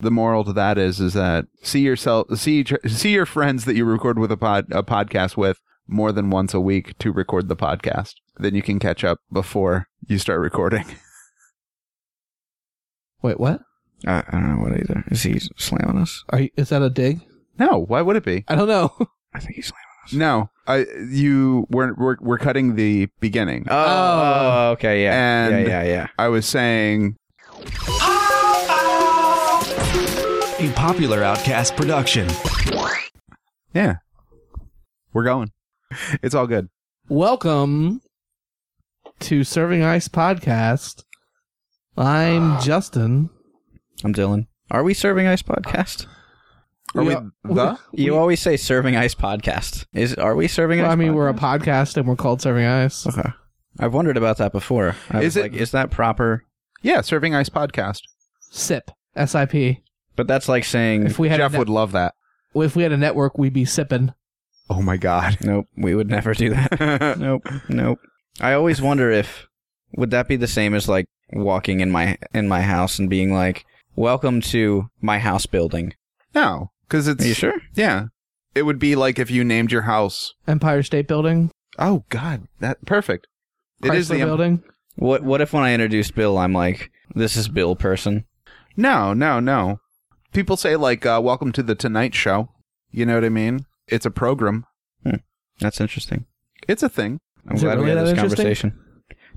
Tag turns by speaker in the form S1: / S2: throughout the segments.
S1: the moral to that is is that see yourself see see your friends that you record with a pod a podcast with more than once a week to record the podcast. Then you can catch up before you start recording.
S2: Wait, what?
S3: I, I don't know what either. Is he slamming us?
S2: Are you, is that a dig?
S1: No, why would it be?
S2: I don't know.
S3: I think he's slamming.
S1: No, I you we're we're, we're cutting the beginning.
S2: Oh.
S3: oh, okay, yeah,
S1: And-
S3: yeah, yeah, yeah.
S1: I was saying
S4: A popular Outcast production.
S1: Yeah. We're going. It's all good.
S2: Welcome to Serving Ice Podcast.
S3: Ah.
S2: I'm Justin.
S3: I'm Dylan. Are we serving ice podcast?
S1: Are we
S2: Yeah.
S1: the?
S3: You always say serving ice podcast. Is are we serving?
S2: Well,
S3: ice
S2: I mean, we're a
S3: podcast?
S2: podcast and we're called Serving Ice.
S3: Okay. I've wondered about that before. I
S1: Is
S3: was
S1: it-
S3: like, is that proper?
S1: Yeah, Serving Ice podcast.
S2: SIP. S-I-P.
S3: But that's like saying
S2: If we had
S1: Jeff
S2: a ne-
S1: would love that.
S2: if we had a network, we'd be sipping.
S1: Oh my god.
S3: nope, we would never do that. nope, nope. I always wonder if would that be the same as like walking in my in my house and being like, "Welcome to my house building."
S1: no, cuz it's
S3: Are you sure?
S1: Yeah. It would be like if you named your house.
S2: Empire State Building.
S1: Oh god, that perfect. It
S2: Chrysler
S1: is the um,
S2: building.
S3: What what if when I introduce Bill, I'm like, "This is Bill person."
S1: No, no, no. People say like uh, welcome to the Tonight show. You know what I mean? It's a program.
S3: That's interesting.
S1: It's a thing.
S3: I'm
S2: Is it
S3: glad we
S2: really
S3: had
S2: that
S3: this
S2: interesting?
S3: conversation.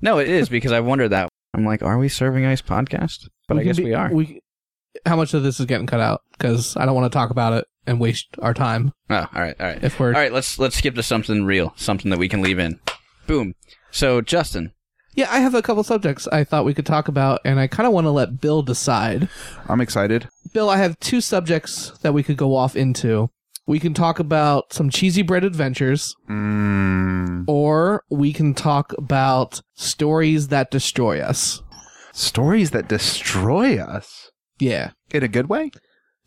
S3: No, it is because I wondered that. I'm like, "Are we serving ice podcast?" But
S2: We
S3: I
S2: can
S3: guess
S2: be-
S3: we are.
S2: We, how much of this is getting cut out? Because I don't want to talk about it and waste our time
S3: oh, all right, all right.
S2: if we're
S3: All right, let's let's skip to something real, something that we can leave in. Boom. So Justin,
S2: Yeah, I have a couple subjects I thought we could talk about, and I kind of want to let Bill decide.
S1: I'm excited.
S2: Bill, I have two subjects that we could go off into. We can talk about some cheesy bread adventures,
S1: Mm.
S2: or we can talk about stories that destroy us.
S1: Stories that destroy us
S2: Yeah.
S1: in a good way?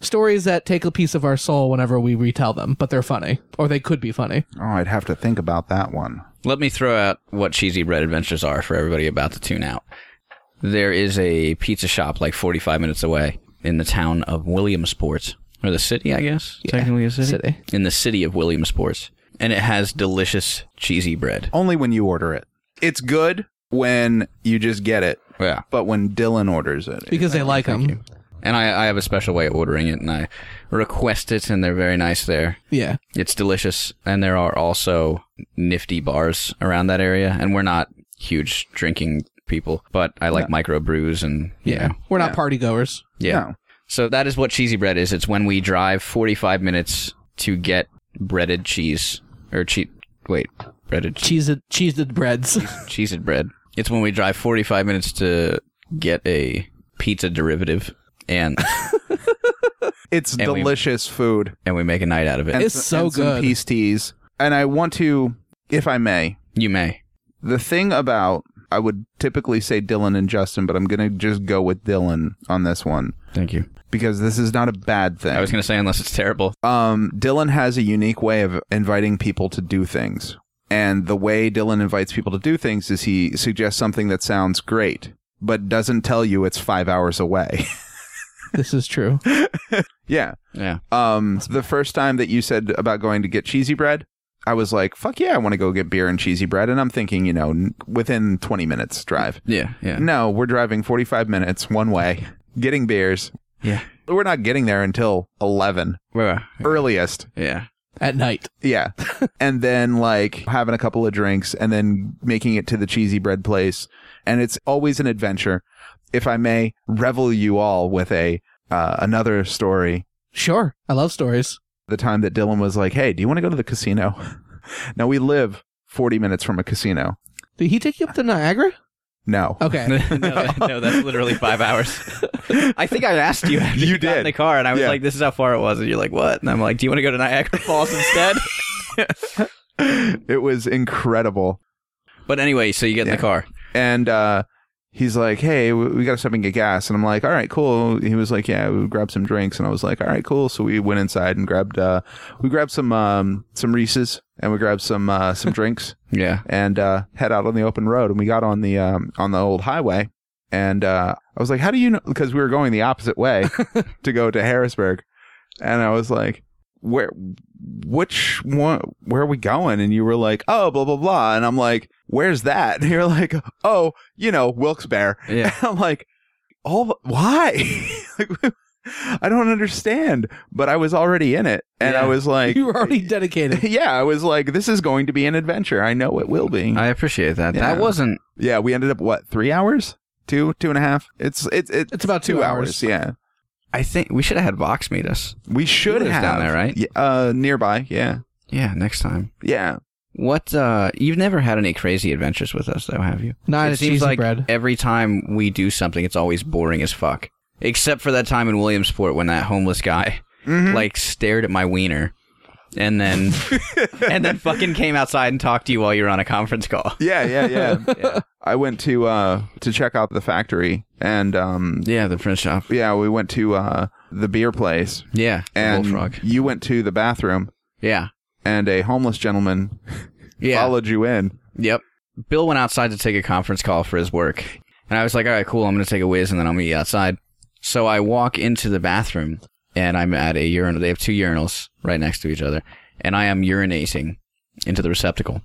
S2: Stories that take a piece of our soul whenever we retell them, but they're funny, or they could be funny.
S1: Oh, I'd have to think about that one.
S3: let me throw out what cheesy bread adventures are for everybody about to tune out. There is a pizza shop like 45 minutes away in the town of Williamsport, or the city, I guess. Technically a city.
S2: City.
S3: In the city of Williamsport, and it has delicious cheesy bread.
S1: Only when you order it. It's good when you just get it,
S3: Yeah.
S1: but when Dylan orders it,
S2: Because they like them.
S3: And I, I have a special way of ordering it, and I request it, and they're very nice there.
S2: Yeah.
S3: It's delicious, and there are also nifty bars around that area. And we're not huge drinking people, but I like micro brews, and you
S2: Yeah.
S3: know,
S2: We're not
S1: Yeah.
S2: party goers.
S3: yeah.
S1: No.
S3: So that is what cheesy bread is. It's when we drive 45 minutes to get breaded cheese or cheese. Wait, breaded cheese,
S2: Cheese cheesed breads.
S3: cheesed bread. It's when we drive 45 minutes to get a pizza derivative, and
S1: it's
S3: And we-
S1: delicious food.
S3: and we make a night out of it.
S1: And
S2: It's
S1: s-
S2: so
S1: and some
S2: good.
S1: peace teas. And I want to, if I may,
S3: you may.
S1: the thing about I would typically say Dylan and Justin, but I'm gonna just go with Dylan on this one
S3: Thank you.
S1: because this is not a bad thing.
S3: I was gonna say unless it's terrible.
S1: um, Dylan has a unique way of inviting people to do things. And the way Dylan invites people to do things is he suggests something that sounds great, but doesn't tell you it's five hours away.
S2: this is true.
S1: yeah.
S3: Yeah.
S1: Um, the first time that you said about going to get cheesy bread, I was like, fuck yeah, I want to go get beer and cheesy bread. And I'm thinking, you know, n- within 20 minutes drive.
S3: Yeah. Yeah.
S1: No, we're driving 45 minutes one way, getting beers.
S3: Yeah.
S1: We're not getting there until 11,
S3: Well,
S1: earliest.
S3: Yeah.
S2: At night.
S1: Yeah. and then like having a couple of drinks and then making it to the cheesy bread place. And it's always an adventure. If I may revel you all with a uh, another story,
S2: Sure. I love stories.
S1: the time that Dylan was like, "Hey, do you want to go to the casino?" now we live 40 minutes from a casino.
S2: Did he take you up to Niagara?
S3: Oh,
S1: No.
S2: Okay.
S3: no, that- no, that's literally five hours. I think I asked you. after
S1: You
S3: got
S1: did.
S3: in the car, and I was
S1: Yeah.
S3: like, "This is how far it was," and you're like, "What?" And I'm like, "Do you want to go to Niagara Falls instead?"
S1: it was incredible.
S3: but anyway, so you get in
S1: Yeah.
S3: the car.
S1: And uh He's like, hey, we, we got to stop and get gas. And I'm like, all right, cool. He was like, yeah, we'll grab some drinks. And I was like, all right, cool. So we went inside and grabbed, uh, we grabbed some, um, some Reese's and we grabbed some, uh, some drinks
S3: Yeah.
S1: and, uh, head out on the open road. And we got on the, um, on the old highway and uh, I was like, "How do you know?" Because we were going the opposite way to go to Harrisburg, and I was like, "Where? Which one? Where are we going?" And you were like, "Oh, blah blah blah," and I'm like, "Where's that?" And you're like, "Oh, you know, Wilkes-Barre."
S3: Yeah.
S1: And I'm like, "All the- why?" like, I don't understand. But I was already in it, and I
S3: Yeah.
S1: was like,
S2: you were already dedicated.
S1: yeah, I was like, this is going to be an adventure. I know it will be.
S3: I appreciate that.
S1: Yeah.
S3: That wasn't
S1: yeah, we ended up what three hours, two, two and a half. It's it's it's,
S2: It's about two hours.
S1: Yeah,
S3: I think we should have had Vox meet us.
S1: we should
S3: lives
S1: have
S3: down there, right?
S1: Yeah, uh, nearby. Yeah,
S3: Yeah, next time.
S1: yeah.
S3: What uh you've never had any crazy adventures with us though, have you?
S2: Not
S3: it
S2: a
S3: seems
S2: cheesy
S3: like
S2: bread.
S3: every time we do something it's always boring as fuck. Except for that time in Williamsport when that homeless guy
S2: Hmm?
S1: Mhm.
S3: like stared at my wiener and then and then fucking came outside and talked to you while you were on a conference call.
S1: yeah, yeah, yeah. I went to uh to check out the factory, and um,
S3: Yeah, the print shop.
S1: yeah, we went to uh the beer place,
S3: Yeah. the
S1: and
S3: bullfrog.
S1: you went to the bathroom,
S3: Yeah.
S1: and a homeless gentleman
S3: Yeah.
S1: followed you in.
S3: Yep. Bill went outside to take a conference call for his work. And I was like, all right, cool. I'm going to take a whiz and then I'll meet you outside. So I walk into the bathroom and I'm at a urinal. They have two urinals right next to each other. And I am urinating into the receptacle.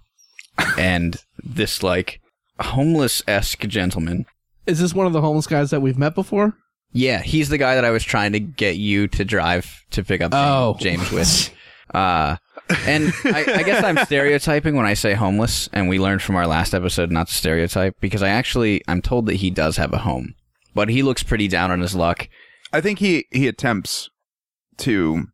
S3: and this, like, homeless esque gentleman.
S2: Is this one of the homeless guys that we've met before?
S3: Yeah, he's the guy that I was trying to get you to drive to pick up James-
S2: Oh.
S3: James with. Uh, and I, I guess I'm stereotyping when I say homeless, and we learned from our last episode not to stereotype because I actually I'm told that he does have a home, but he looks pretty down on his luck.
S1: I think he he attempts to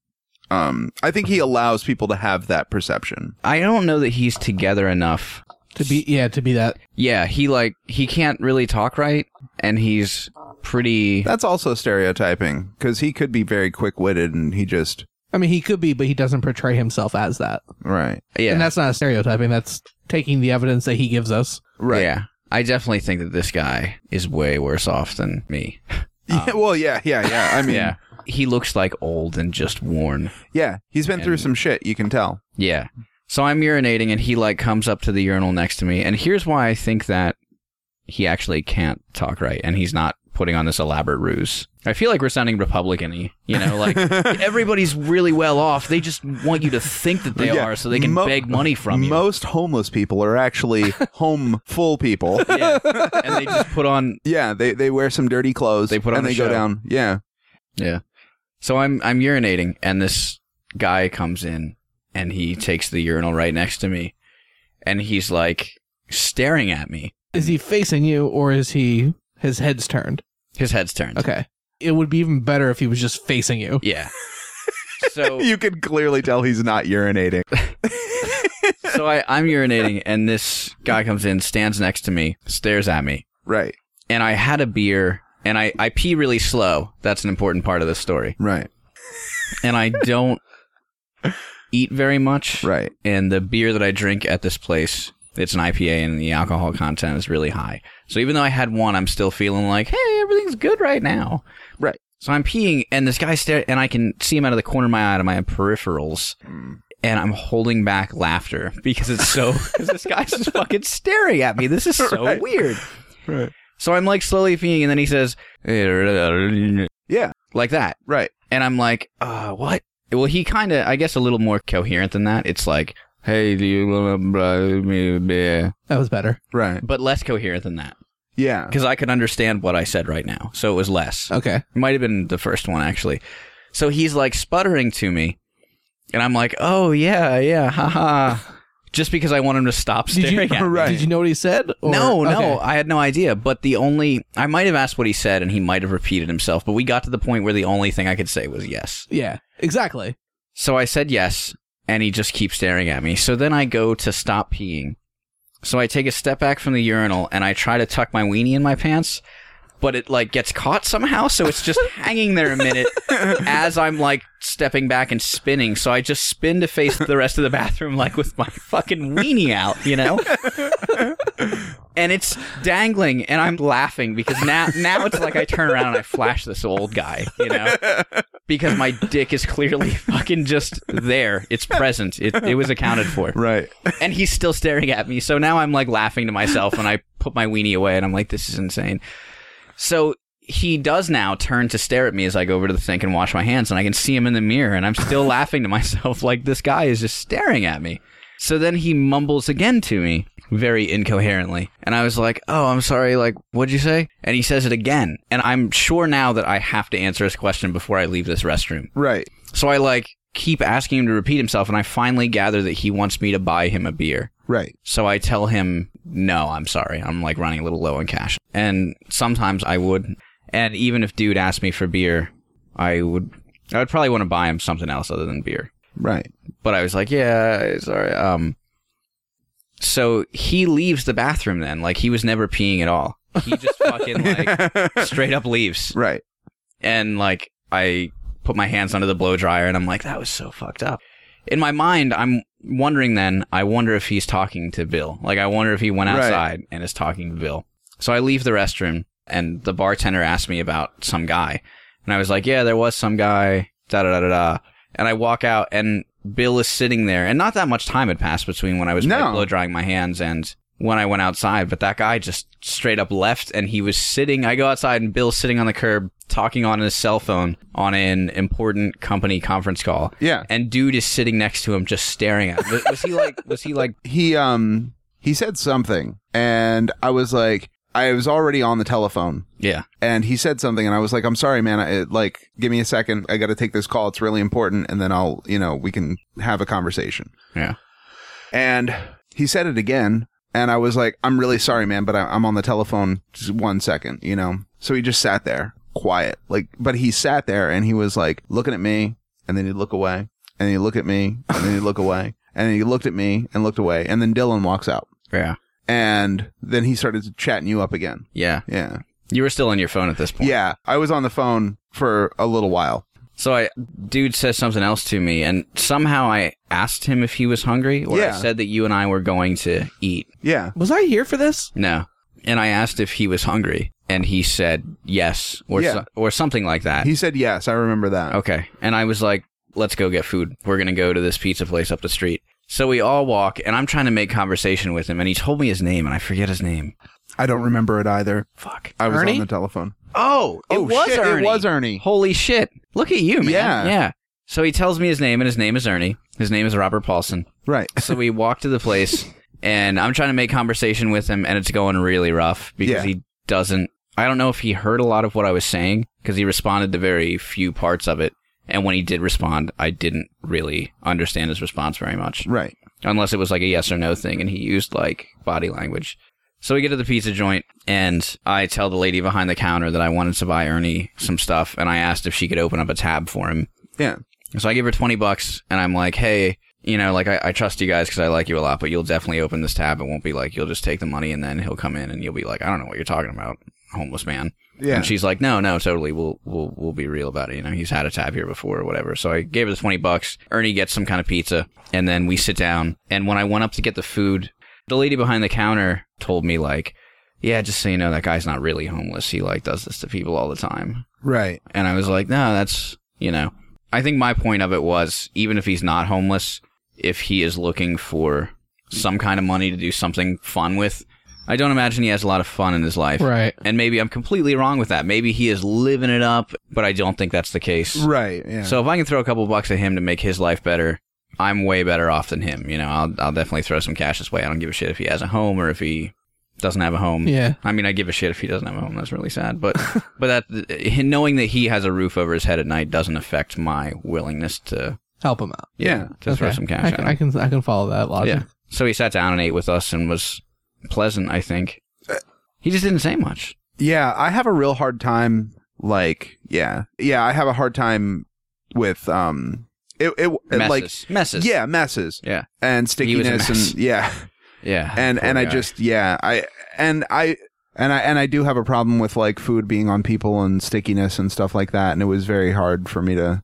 S1: um I think he allows people to have that perception.
S3: I don't know that he's together enough.
S2: To be yeah, to be that.
S3: Yeah, he like he can't really talk right, and he's pretty.
S1: That's also stereotyping cuz he could be very quick-witted and he just
S2: I mean, he could be, but he doesn't portray himself as that.
S1: right.
S3: Yeah,
S2: And that's not a stereotyping. That's taking the evidence that he gives us.
S1: Right.
S3: Yeah, I definitely think that this guy is way worse off than me.
S1: Yeah, well, yeah, yeah, yeah. I mean, yeah.
S3: Yeah, he looks like old and just worn.
S1: he's been through some shit, you can tell.
S3: Yeah. So I'm urinating and he like comes up to the urinal next to me. And here's why I think that he actually can't talk right and he's not putting on this elaborate ruse. I feel like we're sounding Republican y, you know, like everybody's really well off. They just want you to think that they
S1: Yeah.
S3: are so they can
S1: Mo-
S3: beg money from you.
S1: Most homeless people are actually home full people.
S3: yeah. And they just put on
S1: Yeah, they they wear some dirty clothes
S3: They put on
S1: and
S3: a
S1: they
S3: show.
S1: go down. Yeah.
S3: Yeah. So I'm I'm urinating and this guy comes in and he takes the urinal right next to me and he's like staring at me.
S2: Is he facing you, or is he his head's turned?
S3: His head's turned.
S2: Okay. It would be even better if he was just facing you.
S3: Yeah. So
S1: You can clearly tell he's not urinating.
S3: so I, I'm urinating and this guy comes in, stands next to me, stares at me,
S1: Right.
S3: and I had a beer and I, I pee really slow. That's an important part of the story.
S1: Right.
S3: And I don't eat very much.
S1: Right.
S3: And the beer that I drink at this place, it's an IPA and the alcohol content is really high. So even though I had one, I'm still feeling like, hey, everything's good right now.
S1: Right.
S3: So I'm peeing and this guy stared and I can see him out of the corner of my eye out of my peripherals. and I'm holding back laughter because it's so because this guy's just fucking staring at me. This is so
S1: Right.
S3: weird.
S1: Right.
S3: So I'm like slowly peeing, and then he says
S1: Yeah,
S3: like that,
S1: right.
S3: and I'm like, uh, what? Well, he kind of, I guess, a little more coherent than that. It's like, hey, do you want to buy me a beer?"
S2: That was better.
S1: Right.
S3: But less coherent than that
S1: Yeah.
S3: because I could understand what I said right now, so it was less.
S2: Okay.
S3: It might have been the first one actually. So he's like sputtering to me, and I'm like, "Oh yeah, yeah, haha." Just because I want him to stop
S2: Did you
S3: staring at me.
S1: Right.
S2: did you know what he said? Or-
S3: no, no,
S2: okay.
S3: I had no idea. But the only I might have asked what he said, and he might have repeated himself. But we got to the point where the only thing I could say was yes.
S2: Yeah. Exactly.
S3: So I said yes, and he just keeps staring at me. So then I go to stop peeing. So I take a step back from the urinal and I try to tuck my weenie in my pants, but it like gets caught somehow, so it's just hanging there a minute as I'm like stepping back and spinning. So I just spin to face the rest of the bathroom like with my fucking weenie out, you know? and it's dangling and I'm laughing because now now it's like I turn around and I flash this old guy, you know? Because my dick is clearly fucking just there. It's present. It it was accounted for
S1: Right.
S3: and he's still staring at me. So now I'm like laughing to myself, and I put my weenie away, and I'm like, "This is insane." So he does now turn to stare at me as I go over to the sink and wash my hands, and I can see him in the mirror, and I'm still laughing to myself like this guy is just staring at me. So then he mumbles again to me very incoherently. And I was like, Oh, I'm sorry. Like, what'd you say? And he says it again. And I'm sure now that I have to answer his question before I leave this restroom.
S1: Right.
S3: So I like keep asking him to repeat himself, and I finally gather that he wants me to buy him a beer.
S1: Right.
S3: So I tell him, no, I'm sorry. I'm like running a little low on cash. And sometimes I would. And even if dude asked me for beer, I would, I would probably want to buy him something else other than beer.
S1: Right.
S3: But I was like, yeah, sorry. Um, so he leaves the bathroom then. Like he was never peeing at all. He just fucking like straight up leaves
S1: Right.
S3: and like I put my hands under the blow dryer and I'm like, that was so fucked up. In my mind, I'm wondering then, I wonder if he's talking to Bill. Like I wonder if he went
S1: Right.
S3: outside and is talking to Bill. So I leave the restroom and the bartender asked me about some guy. And I was like, Yeah, there was some guy, da da da da da and I walk out and Bill is sitting there and not that much time had passed between when I was
S1: No.
S3: like, blow drying my hands and when I went outside, but that guy just straight up left and he was sitting. I go outside and Bill's sitting on the curb talking on his cell phone on an important company conference call.
S1: Yeah.
S3: And dude is sitting next to him just staring at him. Was- Was he like, was he like,
S1: He um he said something and I was like I was already on the telephone
S3: yeah.
S1: and he said something and I was like I'm sorry man I, it, like give me a second I got to take this call it's really important and then I'll you know we can have a conversation.
S3: Yeah.
S1: And he said it again and I was like I'm really sorry man but I, I'm on the telephone just one second, you know. So he just sat there quiet. Like but he sat there and he was like looking at me and then he'd look away and he'd look at me and then he'd look away and then he looked at me and looked away and then Dylan walks out
S3: Yeah.
S1: and then he started chatting you up again.
S3: Yeah.
S1: Yeah.
S3: You were still on your phone at this point.
S1: Yeah. I was on the phone for a little while.
S3: So I, dude says something else to me and somehow I asked him if he was hungry or
S1: Yeah.
S3: I said that you and I were going to eat.
S1: Yeah.
S2: Was I here for this?
S3: No. And I asked if he was hungry, and he said yes, or
S1: Yeah.
S3: so- or something like that.
S1: He said yes. I remember that.
S3: okay. And I was like, "Let's go get food. We're gonna go to this pizza place up the street." So we all walk, and I'm trying to make conversation with him, and he told me his name, and I forget his name.
S1: I don't remember it either.
S3: Fuck.
S1: I was
S2: Ernie?
S1: on the telephone.
S3: Oh, it
S1: oh,
S3: was
S1: shit.
S3: Ernie.
S1: It was Ernie.
S3: Holy shit! Look at you, man.
S1: Yeah.
S3: yeah. So he tells me his name, and his name is Ernie. His name is Robert Paulson.
S1: Right.
S3: so we walk to the place and I'm trying to make conversation with him and it's going really rough
S1: Yeah.
S3: because he doesn't I don't know if he heard a lot of what I was saying because he responded to very few parts of it and when he did respond I didn't really understand his response very much
S1: Right.
S3: unless it was like a yes or no thing and he used like body language. So we get to the pizza joint and I tell the lady behind the counter that I wanted to buy Ernie some stuff and I asked if she could open up a tab for him
S1: Yeah.
S3: so I give her 20 bucks and I'm like, hey, you know, like I, I trust you guys because I like you a lot, but you'll definitely open this tab. It won't be like you'll just take the money and then he'll come in and you'll be like, I don't know what you're talking about, homeless man.
S1: Yeah.
S3: And she's like, no, no, totally. We'll, we'll, we'll be real about it. You know, he's had a tab here before or whatever. So I gave her the 20 bucks. Ernie gets some kind of pizza and then we sit down. And when I went up to get the food, the lady behind the counter told me like, yeah, just so you know, that guy's not really homeless. He like does this to people all the time.
S1: Right.
S3: And I was like, no, that's, you know, I think my point of it was even if he's not homeless, if he is looking for some kind of money to do something fun with, I don't imagine he has a lot of fun in his life.
S2: Right.
S3: And maybe I'm completely wrong with that. Maybe he is living it up, but I don't think that's the case.
S1: Right. Yeah.
S3: So if I can throw a couple bucks at him to make his life better, I'm way better off than him. You know, I'll, I'll definitely throw some cash his way. I don't give a shit if he has a home or if he doesn't have a home.
S2: Yeah.
S3: I mean, I give a shit if he doesn't have a home. That's really sad. But but that knowing that he has a roof over his head at night doesn't affect my willingness to
S2: Help him out.
S1: Yeah.
S3: to throw
S2: Okay.
S3: some cash
S2: I
S3: at
S2: can,
S3: him.
S2: I can I can follow that logic.
S3: yeah. So he sat down and ate with us and was pleasant. I think
S2: Uh,
S3: he just didn't say much.
S1: yeah. I have a real hard time. Like, yeah. Yeah. I have a hard time with, um, it, it, like,
S3: Messes. Messes.
S1: yeah, messes
S3: Yeah.
S1: and
S3: He was a
S1: stickiness
S3: mess.
S1: and, yeah.
S3: Yeah.
S1: and
S3: Poor
S1: and I
S3: guy.
S1: just yeah I and I and I and I do have a problem with like food being on people and stickiness and stuff like that, and it was very hard for me to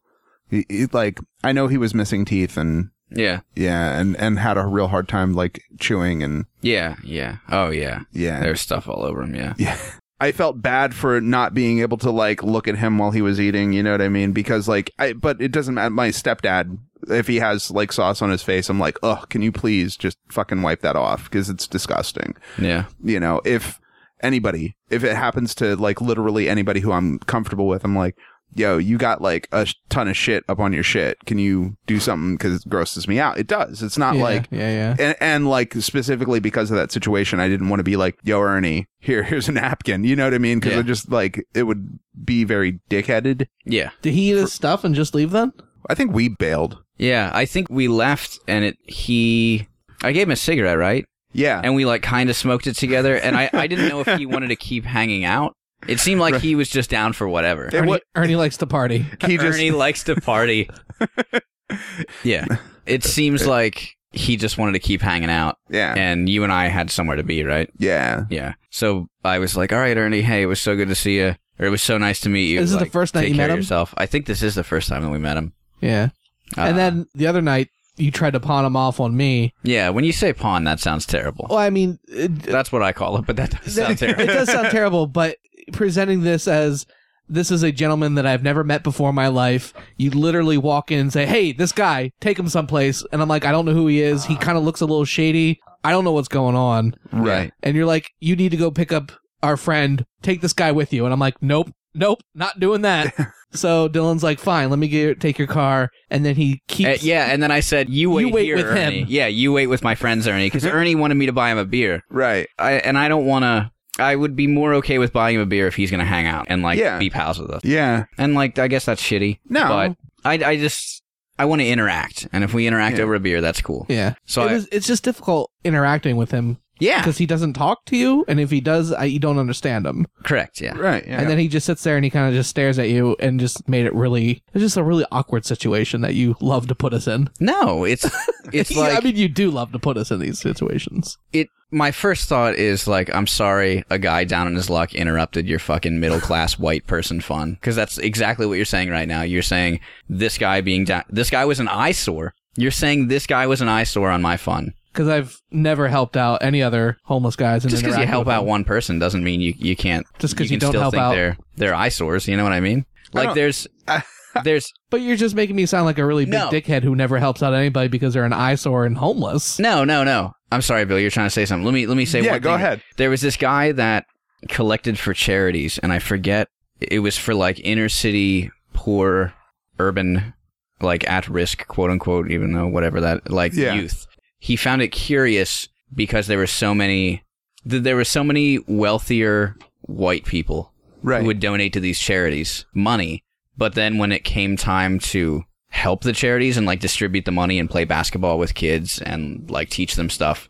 S1: it- it- like I know he was missing teeth and
S3: yeah
S1: yeah and and had a real hard time like chewing and
S3: yeah yeah oh yeah
S1: yeah
S3: there's stuff all over him. Yeah.
S1: yeah. I felt bad for not being able to like look at him while he was eating, you know what I mean? Because like I but it doesn't matter my stepdad if he has like sauce on his face, I'm like, "Oh, can you please just fucking wipe that off because it's disgusting."
S3: Yeah.
S1: you know if anybody. If it happens to like literally anybody who I'm comfortable with, I'm like, yo, you got like a sh- ton of shit up on your shit. Can you do something? Because it grosses me out. It does. It's not
S2: yeah,
S1: like
S2: yeah, yeah.
S1: and, and like specifically because of that situation, I didn't want to be like, "Yo, Ernie, here, here's a napkin." You know what I mean? Because
S3: Yeah.
S1: I just like it would be very dickheaded.
S3: Yeah.
S2: Did he eat his stuff and just leave then?
S1: I think we bailed.
S3: Yeah. I think we left and it, he, I gave him a cigarette, right?
S1: Yeah,
S3: And we like kind of smoked it together. And I, I didn't know if he wanted to keep hanging out. It seemed like he was just down for whatever.
S1: It
S2: Ernie,
S1: wa-
S2: Ernie likes to party.
S1: he just
S3: Ernie likes to party. yeah. It seems like he just wanted to keep hanging out.
S1: yeah
S3: And you and I had somewhere to be, right?
S1: yeah
S3: Yeah. So I was like, all right, Ernie, hey, it was so good to see you. Or it was so nice to meet you.
S2: This is the
S3: Like,
S2: first night
S3: take
S2: you
S3: care
S2: met
S3: of
S2: him?
S3: Yourself. I think this is the first time that we met him.
S2: Yeah.
S3: Uh,
S2: and then the other night, you tried to pawn him off on me.
S3: Yeah, when you say pawn, that sounds terrible.
S2: Well, I mean, it,
S3: That's what I call it, but that does sound
S2: it
S3: terrible.
S2: does sound terrible, but presenting this as this is a gentleman that I've never met before in my life. You literally walk in and say, "Hey, this guy, take him someplace," and I'm like, "I don't know who he is. He kind of looks a little shady. I don't know what's going on."
S1: right.
S2: And you're like, "You need to go pick up our friend. Take this guy with you." And I'm like, "Nope, nope, not doing that." so Dylan's like, "Fine, let me get take your car," and then he
S3: Uh,
S2: keeps.
S3: yeah, and then I said, "You wait,
S2: wait
S3: here,
S2: with him.
S3: Ernie. Yeah, you wait with my friends, Ernie, because Ernie wanted me to buy him a beer.
S1: Right.
S3: I and I don't want to. I would be more okay with buying him a beer if he's going to hang out and like
S1: Yeah.
S3: be pals with us.
S1: Yeah.
S3: And like, I guess that's shitty.
S1: No.
S3: but I, I just I want to interact, and if we interact
S1: Yeah.
S3: over a beer, that's cool.
S2: Yeah.
S3: So
S2: it
S3: I,
S2: was, it's just difficult interacting with him
S3: yeah,
S2: because he doesn't talk to you, and if he does, I, you don't understand him.
S3: correct. Yeah,
S1: Right. Yeah.
S2: And then he just sits there and he kind of just stares at you and just made it really. It's just a really awkward situation that you love to put us in.
S3: no, it's it's like
S2: I mean, you do love to put us in these situations.
S3: it my first thought is like i'm sorry a guy down in his luck interrupted your fucking middle class white person fun because that's exactly what you're saying right now you're saying this guy being down this guy was an eyesore you're saying this guy was an eyesore on my fun
S2: Because I've never helped out any other homeless guys. And
S3: just because you
S2: interacted
S3: help
S2: with
S3: out
S2: them.
S3: one person doesn't mean you, you can't
S2: Just 'cause you
S3: can
S2: don't
S3: still
S2: help
S3: think
S2: out.
S3: they're they're eyesores you know what i mean
S1: I
S3: like
S1: don't-
S3: there's there's
S2: But you're just making me sound like a really big
S3: No.
S2: dickhead who never helps out anybody because they're an eyesore and homeless.
S3: no no no i'm sorry bill you're trying to say something let me let me say
S1: yeah.
S3: one
S1: Go
S3: thing.
S1: ahead.
S3: there was this guy that collected for charities and i forget it was for like inner city poor urban like at risk quote unquote even though whatever that like
S1: Yeah.
S3: youth he found it curious because there were so many th- there were so many wealthier white people
S1: Right.
S3: who would donate to these charities money but then when it came time to help the charities and like distribute the money and play basketball with kids and like teach them stuff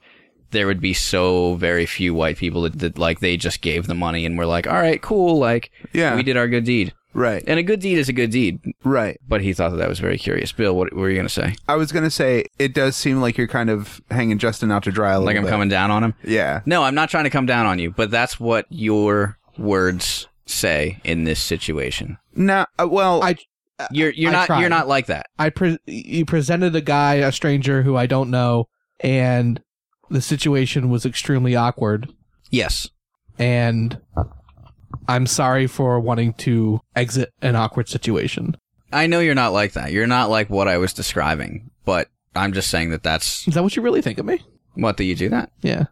S3: there would be so very few white people that, that like they just gave the money and were like all right cool like
S1: yeah.
S3: we did our good deed
S1: right.
S3: and a good deed is a good deed
S1: Right.
S3: but he thought that that was very curious bill what were you gonna say
S1: I was gonna say it does seem like you're kind of hanging Justin out to dry a little
S3: like i'm
S1: bit.
S3: coming down on him
S1: Yeah.
S3: no i'm not trying to come down on you but that's what your words say in this situation
S1: No. uh, well.
S2: I-
S3: you're you're
S2: I
S3: not
S2: tried.
S3: you're not like that
S2: I pre- you presented a guy, a stranger who I don't know, and the situation was extremely awkward.
S3: yes
S2: and I'm sorry for wanting to exit an awkward situation.
S3: I know you're not like that. You're not like what I was describing, but I'm just saying that that's
S2: Is that what you really think of me?
S3: what that you do that.
S2: Yeah,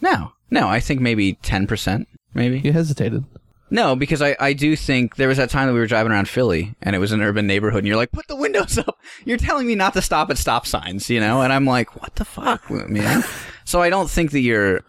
S3: No, no, I think maybe 10%, maybe.
S2: you hesitated.
S3: No, because I, I do think there was that time that we were driving around Philly and it was an urban neighborhood and you're like, put the windows up. You're telling me not to stop at stop signs, you know? And I'm like, what the fuck, man? so I don't think that you're,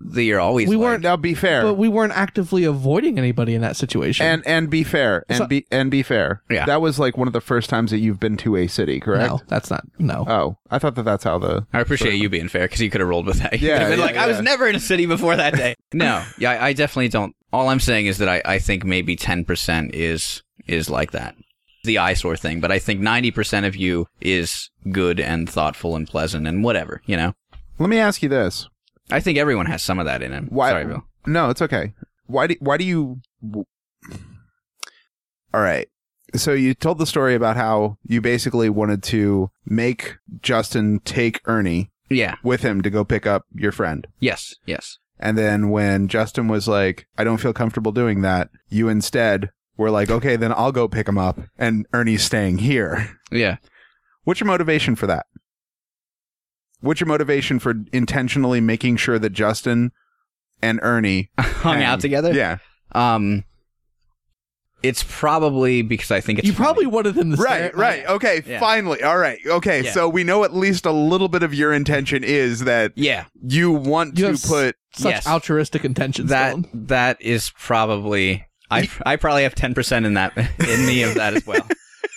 S3: that you're always
S2: We
S3: like-
S2: weren't-
S1: now be fair.
S2: But we weren't actively avoiding anybody in that situation.
S1: and and be fair and
S2: So-
S1: be and be fair.
S3: Yeah.
S1: That was like one of the first times that you've been to a city, correct?
S2: no, that's not no.
S1: Oh, I thought that that's how the
S3: I appreciate you being fair because you could have rolled with that. You
S1: Yeah,
S3: could have been
S1: yeah,
S3: like, I was
S1: yeah.
S3: never in a city before that day. no, yeah, I I definitely don't. All I'm saying is that I, I think maybe 10% is is like that, the eyesore thing. But I think 90% of you is good and thoughtful and pleasant and whatever, you know?
S1: Let me ask you this:
S3: I think everyone has some of that in him.
S1: Why-
S3: Sorry, Bill.
S1: No, it's okay. Why do why do you? w- All right. So you told the story about how you basically wanted to make Justin take Ernie
S3: Yeah.
S1: with him to go pick up your friend.
S3: Yes. Yes.
S1: And then when Justin was like, I don't feel comfortable doing that, you instead were like, okay, then I'll go pick him up and Ernie's staying here.
S3: Yeah.
S1: What's your motivation for that? What's your motivation for intentionally making sure that Justin and Ernie
S3: hung out together.
S1: Yeah,
S3: Um, it's probably because I think it's
S2: You
S3: funny.
S2: probably wanted them to stare
S1: right,
S2: at me.
S1: right. Okay,
S3: Yeah.
S1: finally. All right, okay.
S3: Yeah.
S1: So we know at least a little bit of your intention is that
S3: yeah
S1: you want
S2: You
S1: to
S2: have s-
S1: put
S2: Such
S3: Yes.
S2: altruistic intentions.
S3: that
S2: Dylan.
S3: that is probably I I probably have ten percent in that in me of that as well.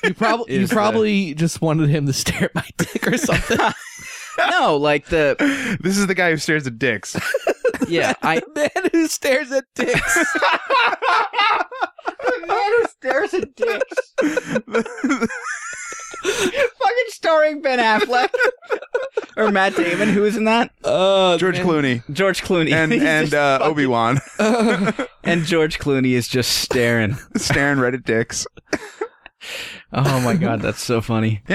S2: you probably you
S3: is the-
S2: probably just wanted him to stare at my dick or something.
S3: No, like the
S1: this is the guy who stares at dicks.
S3: yeah I
S2: Man who stares at dicks.
S3: stares at dicks. Fucking starring Ben Affleck or Matt Damon, who is in that?
S2: Uh,
S1: George
S2: man.
S1: Clooney
S3: George Clooney
S1: and
S3: He's
S1: and
S3: just
S1: uh,
S3: fucking-
S1: Obi Wan
S3: and George Clooney is just staring.
S1: staring right at dicks.
S3: Oh my god, that's so funny.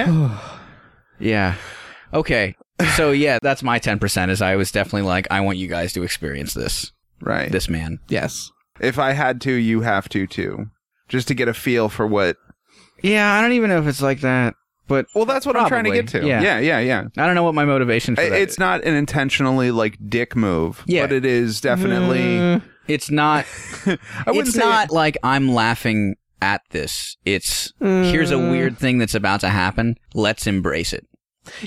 S3: Yeah. Okay. So yeah, that's my ten percent. Is I was definitely like, I want you guys to experience this,
S1: Right.
S3: this man.
S2: yes.
S1: If I had to, you have to too, just to get a feel for what.
S3: Yeah, I don't even know if it's like that, but
S1: Well, that's what I'm trying to
S3: Probably.
S1: get to.
S3: Yeah.
S1: yeah, yeah. yeah.
S3: I don't know what my motivation for
S1: I-
S3: that
S1: It's
S3: is.
S1: not an intentionally like dick move,
S3: Yeah.
S1: but it is definitely.
S2: Mm,
S3: It's not.
S1: I wouldn't
S3: it's
S1: say
S3: not like I'm laughing at this. It's here's a
S1: Uh.
S2: mm.
S3: weird thing that's about to happen. Let's embrace it.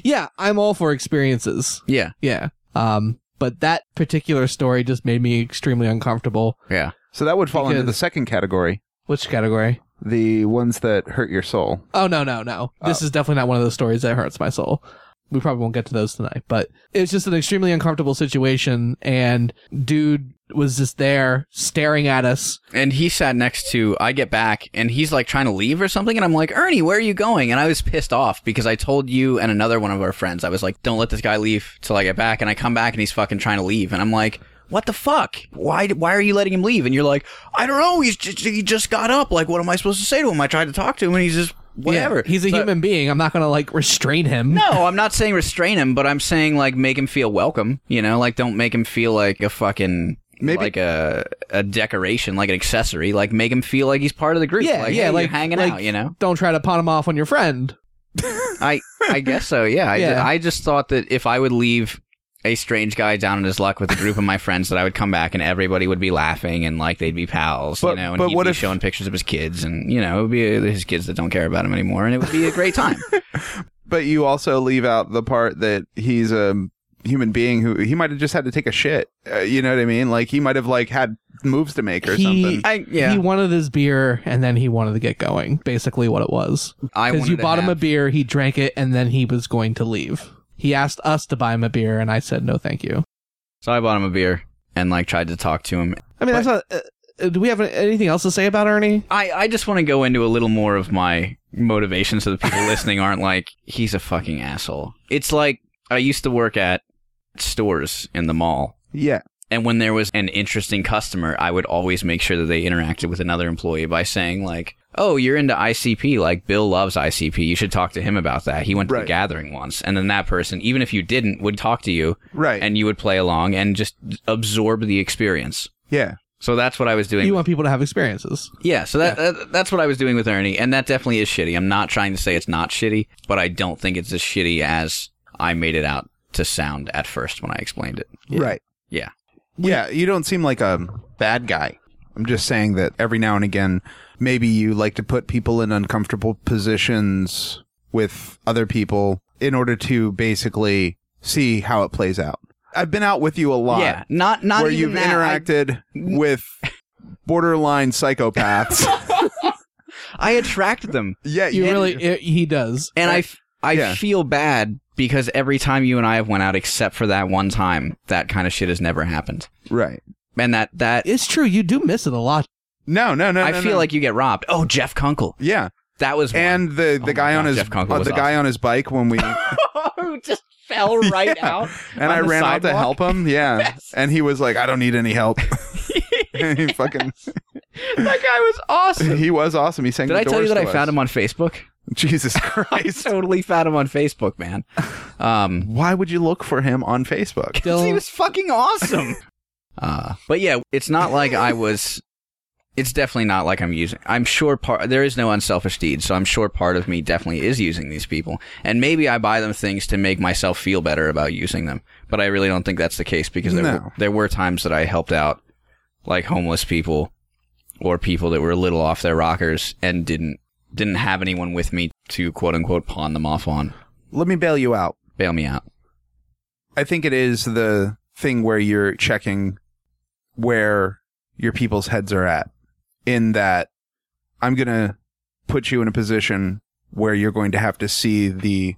S2: Yeah, I'm all for experiences.
S3: Yeah,
S2: Yeah. Um, but that particular story just made me extremely uncomfortable.
S3: yeah.
S1: So that would fall into the
S2: Because-
S1: second category,
S2: Which category?
S1: the ones that hurt your soul.
S2: Oh no, no, no. This is definitely not one of those stories that hurts my soul. We probably won't get to those tonight, but it's just an extremely uncomfortable situation and dude was just there staring at us.
S3: And he sat next to. I get back, and he's like trying to leave or something, and I'm like, Ernie, where are you going? And I was pissed off because I told you and another one of our friends. I was like, don't let this guy leave till I get back. And I come back, and he's fucking trying to leave, and I'm like. What the fuck? Why? Why are you letting him leave? And you're like, I don't know. He's just, he just got up. Like, what am I supposed to say to him? I tried to talk to him, and he's just whatever.
S2: Yeah, he's a
S3: So-
S2: human being. I'm not going to like restrain him.
S3: No, I'm not saying restrain him, but I'm saying like make him feel welcome. You know, like don't make him feel like a fucking
S1: Maybe-
S3: like a a decoration, like an accessory. Like make him feel like he's part of the group.
S2: Yeah,
S3: like,
S2: yeah,
S3: hey,
S2: like
S3: you're hanging
S2: like,
S3: out. You know,
S2: Don't try to pawn him off on your friend.
S3: I I guess so. Yeah, I,
S2: Yeah.
S3: I just thought that if I would leave a strange guy down in his luck with a group of my friends, that I would come back and everybody would be laughing and like they'd be pals.
S1: But-
S3: you know, and
S1: but
S3: he'd
S1: what
S3: be
S1: if-
S3: showing pictures of his kids, and you know, it would be uh, his kids that don't care about him anymore, and it would be a great time.
S1: But you also leave out the part that he's a human being who he might have just had to take a shit. Uh, you know what I mean? Like he might have like had moves to make or
S2: He-
S1: something.
S3: I yeah,
S2: He wanted his beer and then he wanted to get going. Basically what it was.
S3: I
S2: Because
S3: wanted
S2: you
S3: to
S2: bought him a
S3: have-
S2: beer, he drank it, and then he was going to leave. He asked us to buy him a beer, and I said no, thank you.
S3: So I bought him a beer and like tried to talk to him.
S2: I mean, that's not. Uh, uh, do we have anything else to say about Ernie?
S3: I, I just want to go into a little more of my motivation so the people listening aren't like, he's a fucking asshole. It's like I used to work at stores in the mall.
S1: yeah.
S3: And when there was an interesting customer, I would always make sure that they interacted with another employee by saying like, "Oh, you're into ICP. Like Bill loves ICP. You should talk to him about that. He went to
S1: Right.
S3: the gathering once." And then that person, even if you didn't, would talk to you
S1: Right.
S3: and you would play along and just absorb the experience.
S1: yeah.
S3: So that's what I was doing.
S2: You want people to have experiences.
S3: Yeah, so that, that that's what I was doing with Ernie, and that definitely is shitty. I'm not trying to say it's not shitty, but I don't think it's as shitty as I made it out to sound at first when I explained it.
S1: Right.
S3: Yeah.
S1: Yeah. You don't seem like a bad guy. I'm just saying that every now and again, maybe you like to put people in uncomfortable positions with other people in order to basically see how it plays out. I've been out with you a lot
S3: Yeah, not not
S1: where
S3: even
S1: you've
S3: that.
S1: interacted with borderline psychopaths.
S3: I, I attract them,
S1: yeah.
S2: You really, it, he does.
S3: and I f- I
S1: Yeah.
S3: feel bad because every time you and I have went out, except for that one time, that kind of shit has never happened.
S1: Right.
S3: And that that
S2: It's true. You do miss it a lot.
S1: No, no, no.
S3: I
S1: no,
S3: feel
S1: no.
S3: like you get robbed. Oh, Jeff Kunkel,
S1: Yeah.
S3: that was one.
S1: And the,
S3: Oh
S1: the
S3: my
S1: guy
S3: God,
S1: on his
S3: Jeff Kunkel
S1: uh,
S3: was
S1: the guy on his bike when we
S3: who just fell right
S1: Yeah.
S3: out.
S1: and
S3: on
S1: I
S3: the
S1: ran out to
S3: sidewalk.
S1: help him. Yeah,
S3: Yes.
S1: and he was like, "I don't need any help." and he fucking
S3: That guy was awesome.
S1: he was awesome. He sang.
S3: Did
S1: the
S3: I tell you
S1: Doors
S3: that I
S1: to
S3: found
S1: us.
S3: him on Facebook?
S1: Jesus
S3: I
S1: Christ!
S3: totally found him on Facebook, man. Um,
S1: Why would you look for him on Facebook?
S2: Dylan,
S3: fucking awesome. uh, but yeah, it's not like I was. it's definitely not like I'm using. I'm sure part there is no unselfish deed, so I'm sure part of me definitely is using these people, and maybe I buy them things to make myself feel better about using them. But I really don't think that's the case because there
S1: No.
S3: were, there were times that I helped out like homeless people or people that were a little off their rockers and didn't didn't have anyone with me to quote unquote pawn them off on.
S1: Let me bail you out.
S3: Bail me out.
S1: I think it is the thing where you're checking where your people's heads are at. In that, I'm going to put you in a position where you're going to have to see the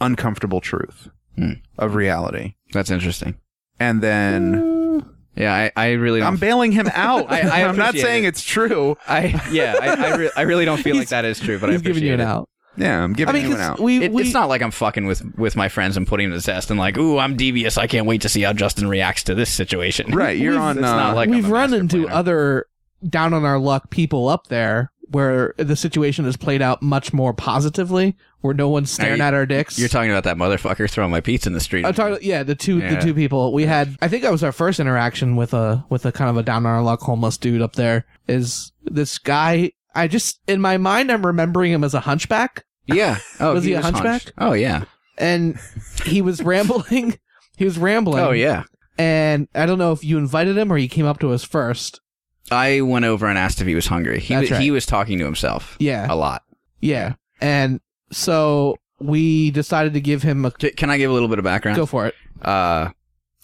S1: uncomfortable truth
S3: Hmm.
S1: of reality.
S3: That's interesting.
S1: And then
S3: Yeah, I, I really don't
S1: I'm bailing him out.
S3: I- I
S1: am not
S3: appreciate
S1: saying
S3: it.
S1: it's true.
S3: I yeah, I I, re- I really don't feel like that is true, but
S2: He's
S3: I
S2: giving you an
S3: appreciate it.
S2: out.
S1: Yeah, I'm
S2: I
S1: giving
S2: mean,
S1: you
S2: 'cause
S1: an out.
S2: we,
S3: It,
S2: we
S3: it's not like I'm fucking with with my friends and putting them to the test and like, ooh, I'm devious. I can't wait to see how Justin reacts to this situation.
S1: right, you're
S2: we've-
S1: on.
S2: it's
S1: uh,
S3: not like I'm
S2: we've
S3: a
S2: run
S3: master
S2: into
S3: planner.
S2: other down on our luck people up there where the situation has played out much more positively, where no one's staring
S3: you-
S2: at our dicks.
S3: You're talking about that motherfucker throwing my pizza in the street.
S2: I'm talking, yeah, the two
S3: Yeah.
S2: the two people we had. I think that was our first interaction with a with a kind of a down on our luck homeless dude up there. Is this guy? I just in my mind I'm remembering him as a hunchback,
S3: yeah. Oh,
S2: Was he a
S3: hunched.
S2: hunchback?
S3: Oh yeah.
S2: and he was rambling. He was rambling.
S3: Oh yeah.
S2: And I don't know if you invited him or he came up to us first.
S3: I went over and asked if he was hungry. He
S2: That's
S3: wa- he
S2: right.
S3: was talking to himself
S2: Yeah.
S3: a lot.
S2: Yeah. And so we decided to give him a
S3: J- Can I give a little bit of background?
S2: go for it.
S3: uh,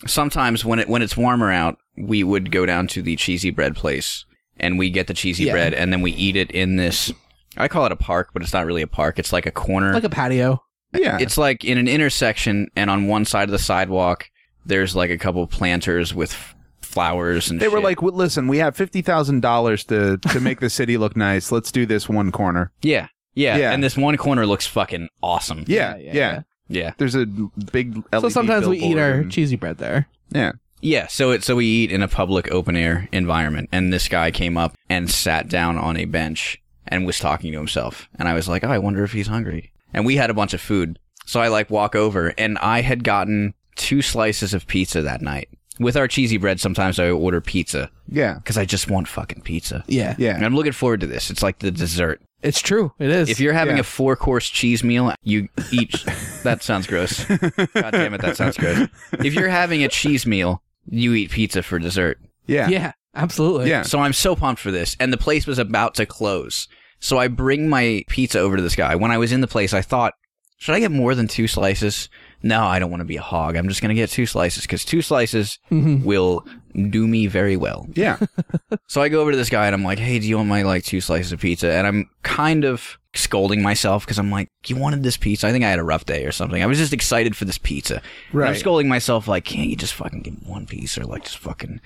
S3: sometimes when it when it's warmer out, we would go down to the cheesy bread place and we get the cheesy
S2: Yeah.
S3: bread and then we eat it in this. I call it a park, but it's not really a park. It's like a corner.
S2: Like a patio.
S1: yeah,
S3: it's like in an intersection, and on one side of the sidewalk, there's like a couple planters with f- flowers and.
S1: they were
S3: shit.
S1: like, "Well, "Listen, we have fifty thousand dollars to to make the city look nice. Let's do this one corner."
S3: yeah, yeah,
S1: Yeah.
S3: and this one corner looks fucking awesome.
S1: Yeah, yeah.
S2: Yeah, yeah, yeah.
S3: yeah,
S1: There's a big. LED
S2: so sometimes we eat
S1: E billboard
S2: our
S1: and-
S2: cheesy bread there.
S1: Yeah.
S3: Yeah, so it so we eat in a public open air environment, and this guy came up and sat down on a bench and was talking to himself, and I was like, oh, I wonder if he's hungry. And we had a bunch of food, so I like walk over, and I had gotten two slices of pizza that night. With our cheesy bread, sometimes I order pizza
S1: Yeah.
S3: because I just want fucking pizza.
S2: Yeah.
S3: And
S1: Yeah.
S3: I'm looking forward to this. It's like the dessert.
S2: It's true. It is.
S3: If you're having
S1: yeah.
S3: a four course cheese meal, you each. that sounds gross. God damn it, that sounds gross. If you're having a cheese meal, you eat pizza for dessert.
S1: Yeah.
S2: Yeah, absolutely.
S1: Yeah.
S3: So I'm so pumped for this. And the place was about to close. So I bring my pizza over to this guy. When I was in the place, I thought, should I get more than two slices? No, I don't want to be a hog. I'm just going to get two slices because two slices
S2: Mhm.
S3: will do me very well.
S1: Yeah.
S3: So I go over to this guy and I'm like, "Hey, do you want my like two slices of pizza?" And I'm kind of scolding myself because I'm like, "You wanted this pizza. I think I had a rough day or something. I was just excited for this pizza." And I'm
S1: Right.
S3: scolding myself like, "Can't you just fucking give me one piece or like just fucking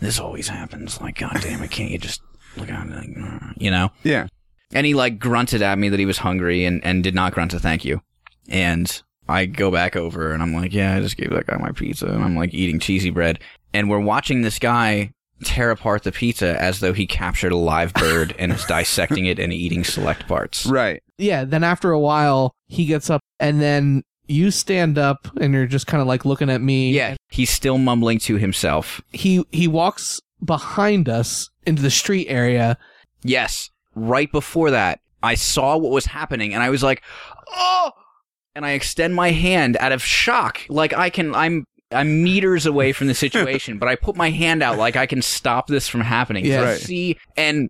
S3: this always happens. Like, god damn it, can't you just look at it, like, uh, you know?"
S1: Yeah.
S3: And he like grunted at me that he was hungry and and did not grunt a thank you. And I go back over and I'm like, "Yeah, I just gave that guy my pizza." And I'm like eating cheesy bread and we're watching this guy tear apart the pizza as though he captured a live bird and is dissecting it and eating select parts.
S1: Right.
S2: Yeah, then after a while he gets up and then you stand up and you're just kind of like looking at me.
S3: Yeah, he's still mumbling to himself.
S2: He he walks behind us into the street area.
S3: Yes, right before that, I saw what was happening and I was like, "Oh!" And I extend my hand out of shock, like I can I'm I'm meters away from the situation, but I put my hand out like I can stop this from happening.
S2: Yeah.
S3: So I
S1: Right.
S3: See, and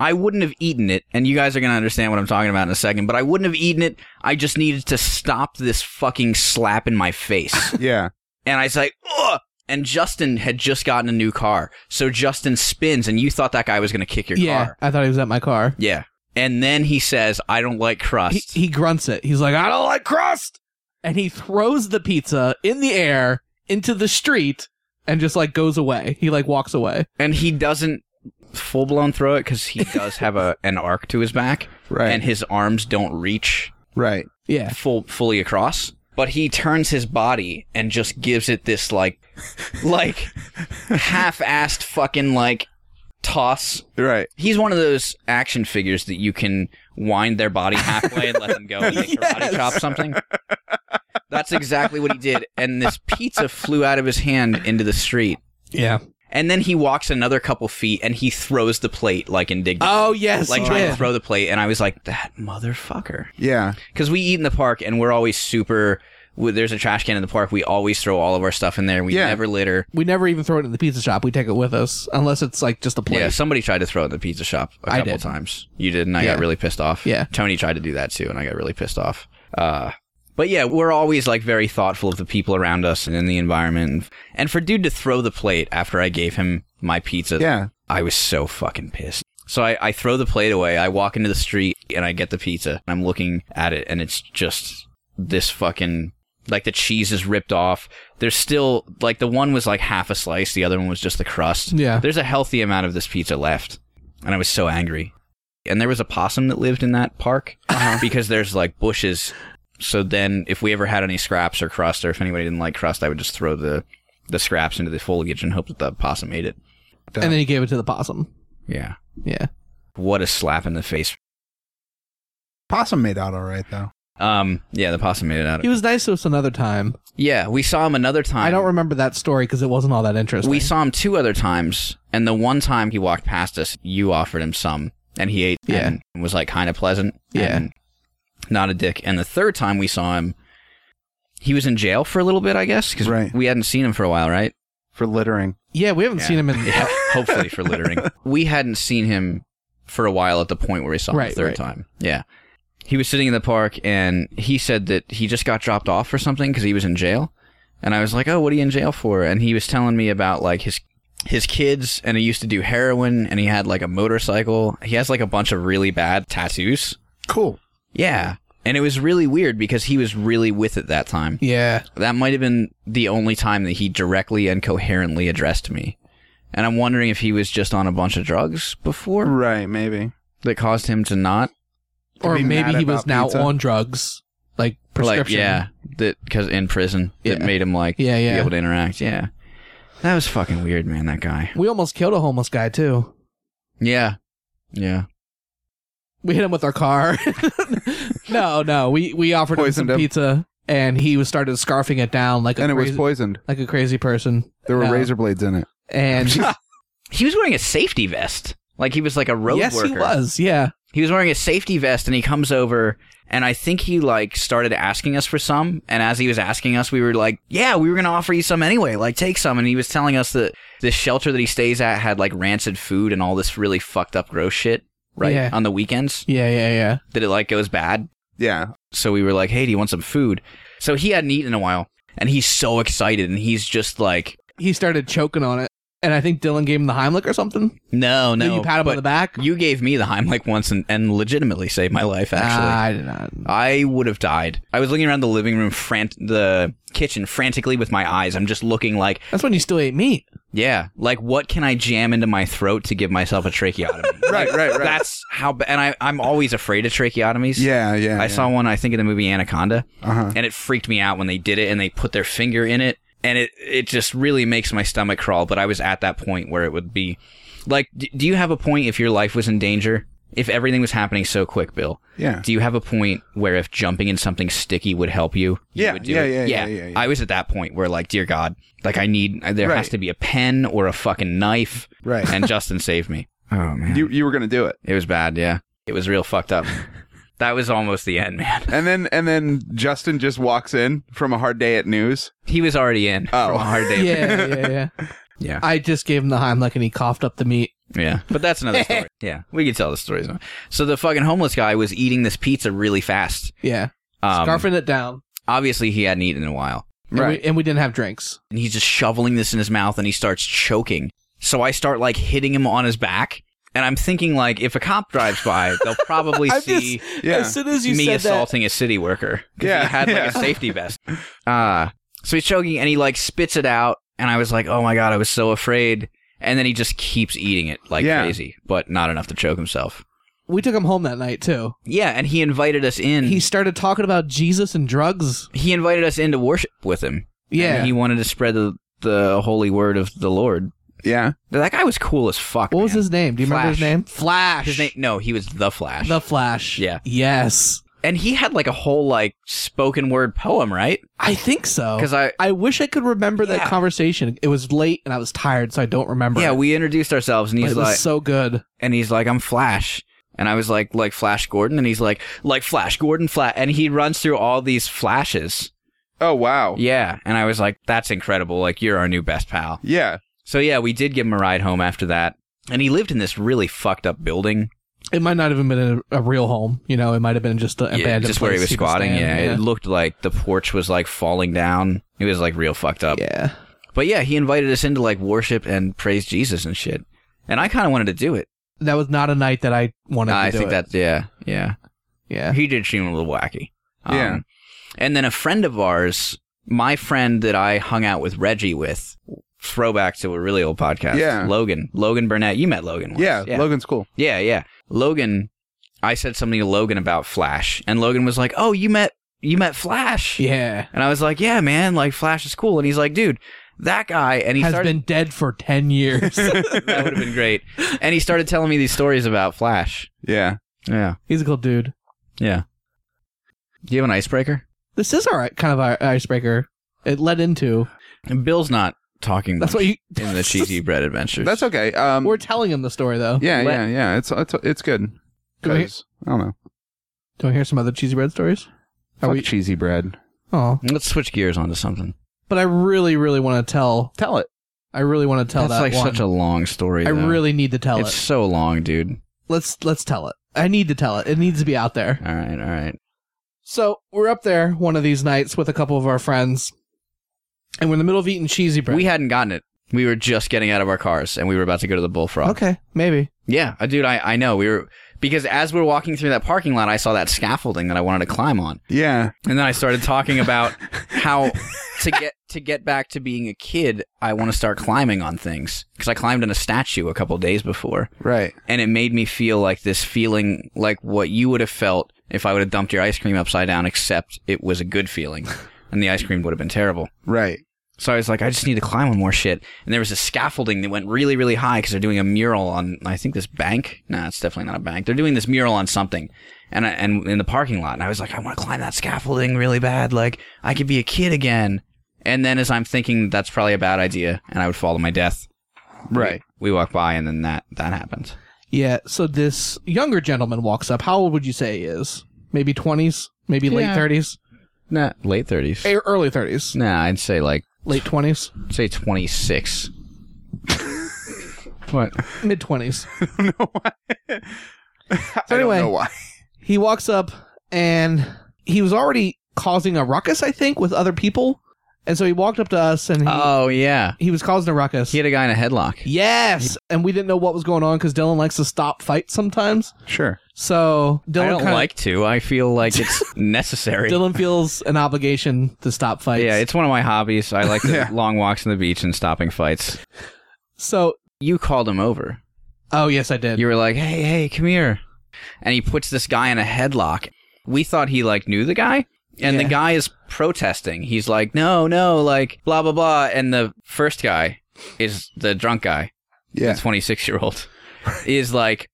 S3: I wouldn't have eaten it, and you guys are gonna understand what I'm talking about in a second. But I wouldn't have eaten it. I just needed to stop this fucking slap in my face.
S1: Yeah.
S3: and I was like, Ugh! and Justin had just gotten a new car, so Justin spins, and you thought that guy was going to kick your
S2: yeah,
S3: car.
S2: I thought he was at my car.
S3: Yeah, and then he says, "I don't like
S2: He,
S3: crust."
S2: he grunts it. He's like, "I don't like crust," and he throws the pizza in the air into the street and just like goes away. He like walks away.
S3: and he doesn't full blown throw it because he does have a an arc to his back,
S1: Right.
S3: and his arms don't reach
S1: right.
S2: Yeah,
S3: full fully across. But he turns his body and just gives it this like, like half-assed fucking like toss
S1: Right.
S3: He's one of those action figures that you can wind their body halfway and let them go and they karate chop something. That's exactly what he did. And this pizza flew out of his hand into the street.
S2: yeah.
S3: And then he walks another couple feet and he throws the plate like indignant.
S2: Oh yes,
S3: like
S2: he
S3: trying
S2: did.
S3: to throw the plate. And I was like, that motherfucker.
S1: Yeah.
S3: Because we eat in the park and we're always super. w- There's a trash can in the park. We always throw all of our stuff in there. We
S1: Yeah.
S3: never litter.
S2: We never even throw it in the pizza shop. We take it with us, unless it's like just a plate.
S3: Yeah, somebody tried to throw it in the pizza shop a
S2: I
S3: couple
S2: didn't.
S3: times. You did, and I
S2: Yeah.
S3: got really pissed off.
S2: Yeah.
S3: Tony tried to do that too, and I got really pissed off. Uh, but yeah, we're always like very thoughtful of the people around us and in the environment. And for dude to throw the plate after I gave him my pizza,
S1: Yeah.
S3: I was so fucking pissed. So I, I throw the plate away. I walk into the street and I get the pizza. I'm looking at it and it's just this fucking like the cheese is ripped off. There's still like the one was like half a slice, the other one was just the crust.
S2: Yeah.
S3: There's a healthy amount of this pizza left. And I was so angry. And there was a possum that lived in that park because there's like bushes. So then if we ever had any scraps or crust or if anybody didn't like crust, I would just throw the the scraps into the foliage and hope that the possum ate it.
S2: and then he gave it to the possum.
S3: Yeah.
S2: Yeah,
S3: What a slap in the face.
S1: Possum made out all right though.
S3: Um, yeah, the possum made it out.
S2: he was nice to us another time.
S3: yeah, we saw him another time.
S2: I don't remember that story because it wasn't all that interesting.
S3: We saw him two other times, and the one time he walked past us, you offered him some, and he ate
S2: Yeah.
S3: and was like kind of pleasant.
S2: Yeah.
S3: and not a dick. And the third time we saw him, he was in jail for a little bit, I guess, because
S1: Right.
S3: we hadn't seen him for a while, right?
S1: For littering.
S2: yeah, we haven't
S3: Yeah.
S2: seen him in.
S3: Yeah, hopefully for littering. We hadn't seen him for a while at the point where we saw him
S2: Right,
S3: the third
S2: right.
S3: time. Yeah. He was sitting in the park and he said that he just got dropped off for something because he was in jail. And I was like, oh, what are you in jail for? And he was telling me about like his his kids and he used to do heroin and he had like a motorcycle. He has like a bunch of really bad tattoos.
S1: Cool.
S3: Yeah. And it was really weird because he was really with it that time
S2: Yeah,
S3: that might have been the only time that he directly and coherently addressed me. And I'm wondering if he was just on a bunch of drugs before
S1: Right, maybe.
S3: that caused him to not
S1: To
S2: or
S1: be
S2: maybe
S1: mad
S2: he was
S1: about
S2: now
S1: pizza.
S2: on drugs, like
S3: like
S2: prescription.
S3: yeah that because in prison that
S2: Yeah.
S3: made him like
S2: Yeah, yeah.
S3: be able to interact. Yeah, that was fucking weird, man. That guy.
S2: we almost killed a homeless guy too.
S3: Yeah, yeah.
S2: We hit him with our car. no, no, we we offered
S1: Poisoned
S2: him some
S1: him.
S2: pizza, and he was started scarfing it down like a
S1: And it
S2: crazy,
S1: was poisoned.
S2: like a crazy person.
S1: There were
S2: No.
S1: razor blades in it.
S2: And
S3: He was wearing a safety vest. Like he was like a road
S2: yes,
S3: worker.
S2: he was. Yeah,
S3: He was wearing a safety vest and he comes over and I think he like started asking us for some and as he was asking us we were like, "Yeah, we were going to offer you some anyway. Like take some." And he was telling us that this shelter that he stays at had like rancid food and all this really fucked up gross shit, right?
S2: Yeah.
S3: On the weekends
S2: yeah, yeah, yeah.
S3: that it like goes bad.
S1: Yeah.
S3: So we were like, "Hey, do you want some food?" So he hadn't eaten in a while and he's so excited and he's just like,
S2: He started choking on it, and I think Dylan gave him the Heimlich or something.
S3: "No,
S2: Did
S3: no."
S2: you pat him on
S3: but
S2: the back?
S3: You gave me the Heimlich once and, and legitimately saved my life actually.
S2: Ah, I did not.
S3: I would have died. I was looking around the living room, frant- the kitchen, frantically with my eyes. I'm just looking like,
S2: That's when you still ate meat.
S3: yeah, like what can I jam into my throat to give myself a tracheotomy?
S1: Right, right, right.
S3: That's how. Ba- and I, I'm always afraid of tracheotomies.
S1: Yeah, yeah.
S3: I saw one, I think, in the movie Anaconda,
S1: Uh-huh.
S3: and it freaked me out when they did it and they put their finger in it, and it it just really makes my stomach crawl. But I was at that point where it would be, like, d- do you have a point if your life was in danger? If everything was happening so quick, Bill,
S1: Yeah.
S3: do you have a point where if jumping in something sticky would help you? you
S1: Yeah,
S3: would do
S1: yeah,
S3: it?
S1: yeah, yeah, yeah, yeah.
S3: I was at that point where, like, dear God, like I need there
S1: Right.
S3: has to be a pen or a fucking knife.
S1: Right.
S3: And Justin saved me. Oh man,
S1: You you were gonna do it.
S3: it was bad. Yeah, it was real fucked up. that was almost the end, man.
S1: And then and then Justin just walks in from a hard day at news.
S3: He was already in.
S1: Oh.
S3: from a hard day.
S2: Yeah, yeah, yeah.
S3: yeah,
S2: I just gave him the Heimlich, and he coughed up the meat.
S3: yeah. But that's another story. yeah, we could tell the stories. now. So the fucking homeless guy was eating this pizza really fast.
S2: Yeah,
S3: Um,
S2: scarfing it down.
S3: obviously, he hadn't eaten in a while.
S2: And
S1: Right.
S2: we, and we didn't have drinks.
S3: and he's just shoveling this in his mouth and he starts choking. So I start like hitting him on his back. And I'm thinking like if a cop drives by, they'll probably
S2: I'm
S3: see
S1: Yeah.
S2: As soon as you
S3: me
S2: said
S3: assaulting a city worker. 'Cause
S1: Yeah,
S3: he had like
S1: yeah.
S3: a safety vest. Ah, so he's choking and he like spits it out. And I was like, oh my god, I was so afraid. And then he just keeps eating it like
S1: Yeah.
S3: crazy, but not enough to choke himself.
S2: that, we took him home that night too.
S3: Yeah, and he invited us in.
S2: He started talking about Jesus and drugs.
S3: he invited us in to worship with him.
S2: Yeah.
S3: And he wanted to spread the the holy word of the Lord.
S1: Yeah.
S3: That guy was cool as fuck.
S2: what was
S3: man.
S2: his name? Do you remember his
S3: Flash.
S2: name? Flash.
S3: His name? No, he was the Flash.
S2: The Flash.
S3: Yeah.
S2: Yes.
S3: and he had like a whole like spoken word poem, right?
S2: I think so.
S3: Because I
S2: I wish I could remember that
S3: Yeah.
S2: conversation. It was late and I was tired, so I don't remember.
S3: yeah,
S2: it.
S3: we introduced ourselves, and
S2: But
S3: he's
S2: it was
S3: like,
S2: so good.
S3: and he's like, I'm Flash. And I was like, like Flash Gordon, and he's like, like Flash Gordon, Flash, and he runs through all these flashes.
S1: Oh wow.
S3: Yeah, and I was like, that's incredible. Like you're our new best pal.
S1: Yeah.
S3: So yeah, we did give him a ride home after that, and he lived in this really fucked up building.
S2: It might not have even been a, a real home. You know, it might have been just a
S3: yeah,
S2: abandoned
S3: just where he
S2: place
S3: was
S2: could
S3: squatting.
S2: stay in.
S3: Yeah, it looked like the porch was like falling down. It was like real fucked up.
S2: yeah. yeah.
S3: But yeah, he invited us in to like worship and praise Jesus and shit. And I kind of wanted to do it.
S2: That was not a night that I wanted.
S3: I
S2: to do
S3: think
S2: it.
S3: that's yeah, yeah.
S2: Yeah.
S3: He did seem a little wacky. Um,
S1: Yeah.
S3: And then a friend of ours, my friend that I hung out with Reggie with, throwback to a really old podcast.
S1: Yeah.
S3: Logan, Logan Burnett. You met Logan. Once.
S1: Yeah.
S3: yeah.
S1: Logan's cool.
S3: Yeah, yeah. Logan, I said something to Logan about Flash, and Logan was like, "Oh, you met you met Flash."
S2: Yeah.
S3: And I was like, "Yeah, man, like Flash is cool." And he's like, "Dude, that guy." And he
S2: has
S3: started
S2: been dead for ten years.
S3: that would have been great. And he started telling me these stories about Flash.
S1: Yeah.
S3: Yeah,
S2: He's a cool dude.
S3: yeah. Do you have an icebreaker?
S2: This is our kind of our icebreaker. It led into
S3: And Bill's not talking
S2: that's
S3: much
S2: what you
S3: in the cheesy bread adventures.
S1: That's okay. Um.
S2: We're telling him the story though.
S1: yeah.
S3: let-
S1: Yeah. Yeah. It's it's it's good.
S2: Do I hear-
S1: 'Cause, I don't know.
S2: Do I hear some other cheesy bread stories? Are
S1: Fuck
S2: we-
S1: cheesy bread?
S2: Oh,
S3: Let's switch gears onto something.
S2: but I really, really want to tell.
S1: Tell it.
S2: I really want to tell
S3: That's
S2: that
S3: like
S2: one.
S3: such a long story.
S2: I
S3: though.
S2: really need to tell
S3: it's
S2: it.
S3: so long, dude.
S2: Let's let's tell it. I need to tell it. It needs to be out there.
S3: All right, all right.
S2: So we're up there one of these nights with a couple of our friends, and we're in the middle of eating cheesy bread.
S3: We hadn't gotten it. We were just getting out of our cars and we were about to go to the bullfrog.
S2: okay, maybe.
S3: Yeah, uh, dude, I, I know. We were because as we were walking through that parking lot, I saw that scaffolding that I wanted to climb on.
S1: Yeah.
S3: And then I started talking about how to get to get back to being a kid, I want to start climbing on things because I climbed on a statue a couple days before,
S1: Right.
S3: and it made me feel like this feeling like what you would have felt if I would have dumped your ice cream upside down, except it was a good feeling, and the ice cream would have been terrible.
S1: Right.
S3: So I was like, I just need to climb on more shit. And there was a scaffolding that went really, really high because they're doing a mural on, I think this bank. Nah, it's definitely not a bank. They're doing this mural on something, and I, and in the parking lot. And I was like, I want to climb that scaffolding really bad. Like I could be a kid again. And then as I'm thinking, that's probably a bad idea, and I would fall to my death.
S1: Right.
S3: We, we walk by, and then that that happened.
S2: Yeah. So this younger gentleman walks up. How old would you say he is? Maybe twenties, maybe late
S3: Yeah.
S2: thirties, Eh,
S3: Nah, late thirties.
S2: early thirties,
S3: Nah, I'd say like
S2: late twenties,
S3: say twenty six. what?
S2: mid twenties.
S1: I
S2: anyway-
S1: don't know why.
S2: he walks up and he was already causing a ruckus, I think, with other people. And so he walked up to us and he,
S3: Oh yeah,
S2: he was causing a ruckus.
S3: he had a guy in a headlock.
S2: yes. And we didn't know what was going on because Dylan likes to stop fights sometimes.
S1: Sure.
S2: So Dylan
S3: I don't
S2: kinda-
S3: like to. I feel like it's necessary.
S2: Dylan feels an obligation to stop fights.
S3: yeah, it's one of my hobbies. I like the
S1: Yeah.
S3: long walks on the beach and stopping fights.
S2: so
S3: You called him over.
S2: oh yes, I did.
S3: You were like, "Hey, hey, come here," and he puts this guy in a headlock. We thought he like knew the guy, and
S2: Yeah.
S3: the guy is protesting. He's like, "No, no," like blah blah blah. And the first guy is the drunk guy,
S1: Yeah.
S3: the twenty six year old, is like.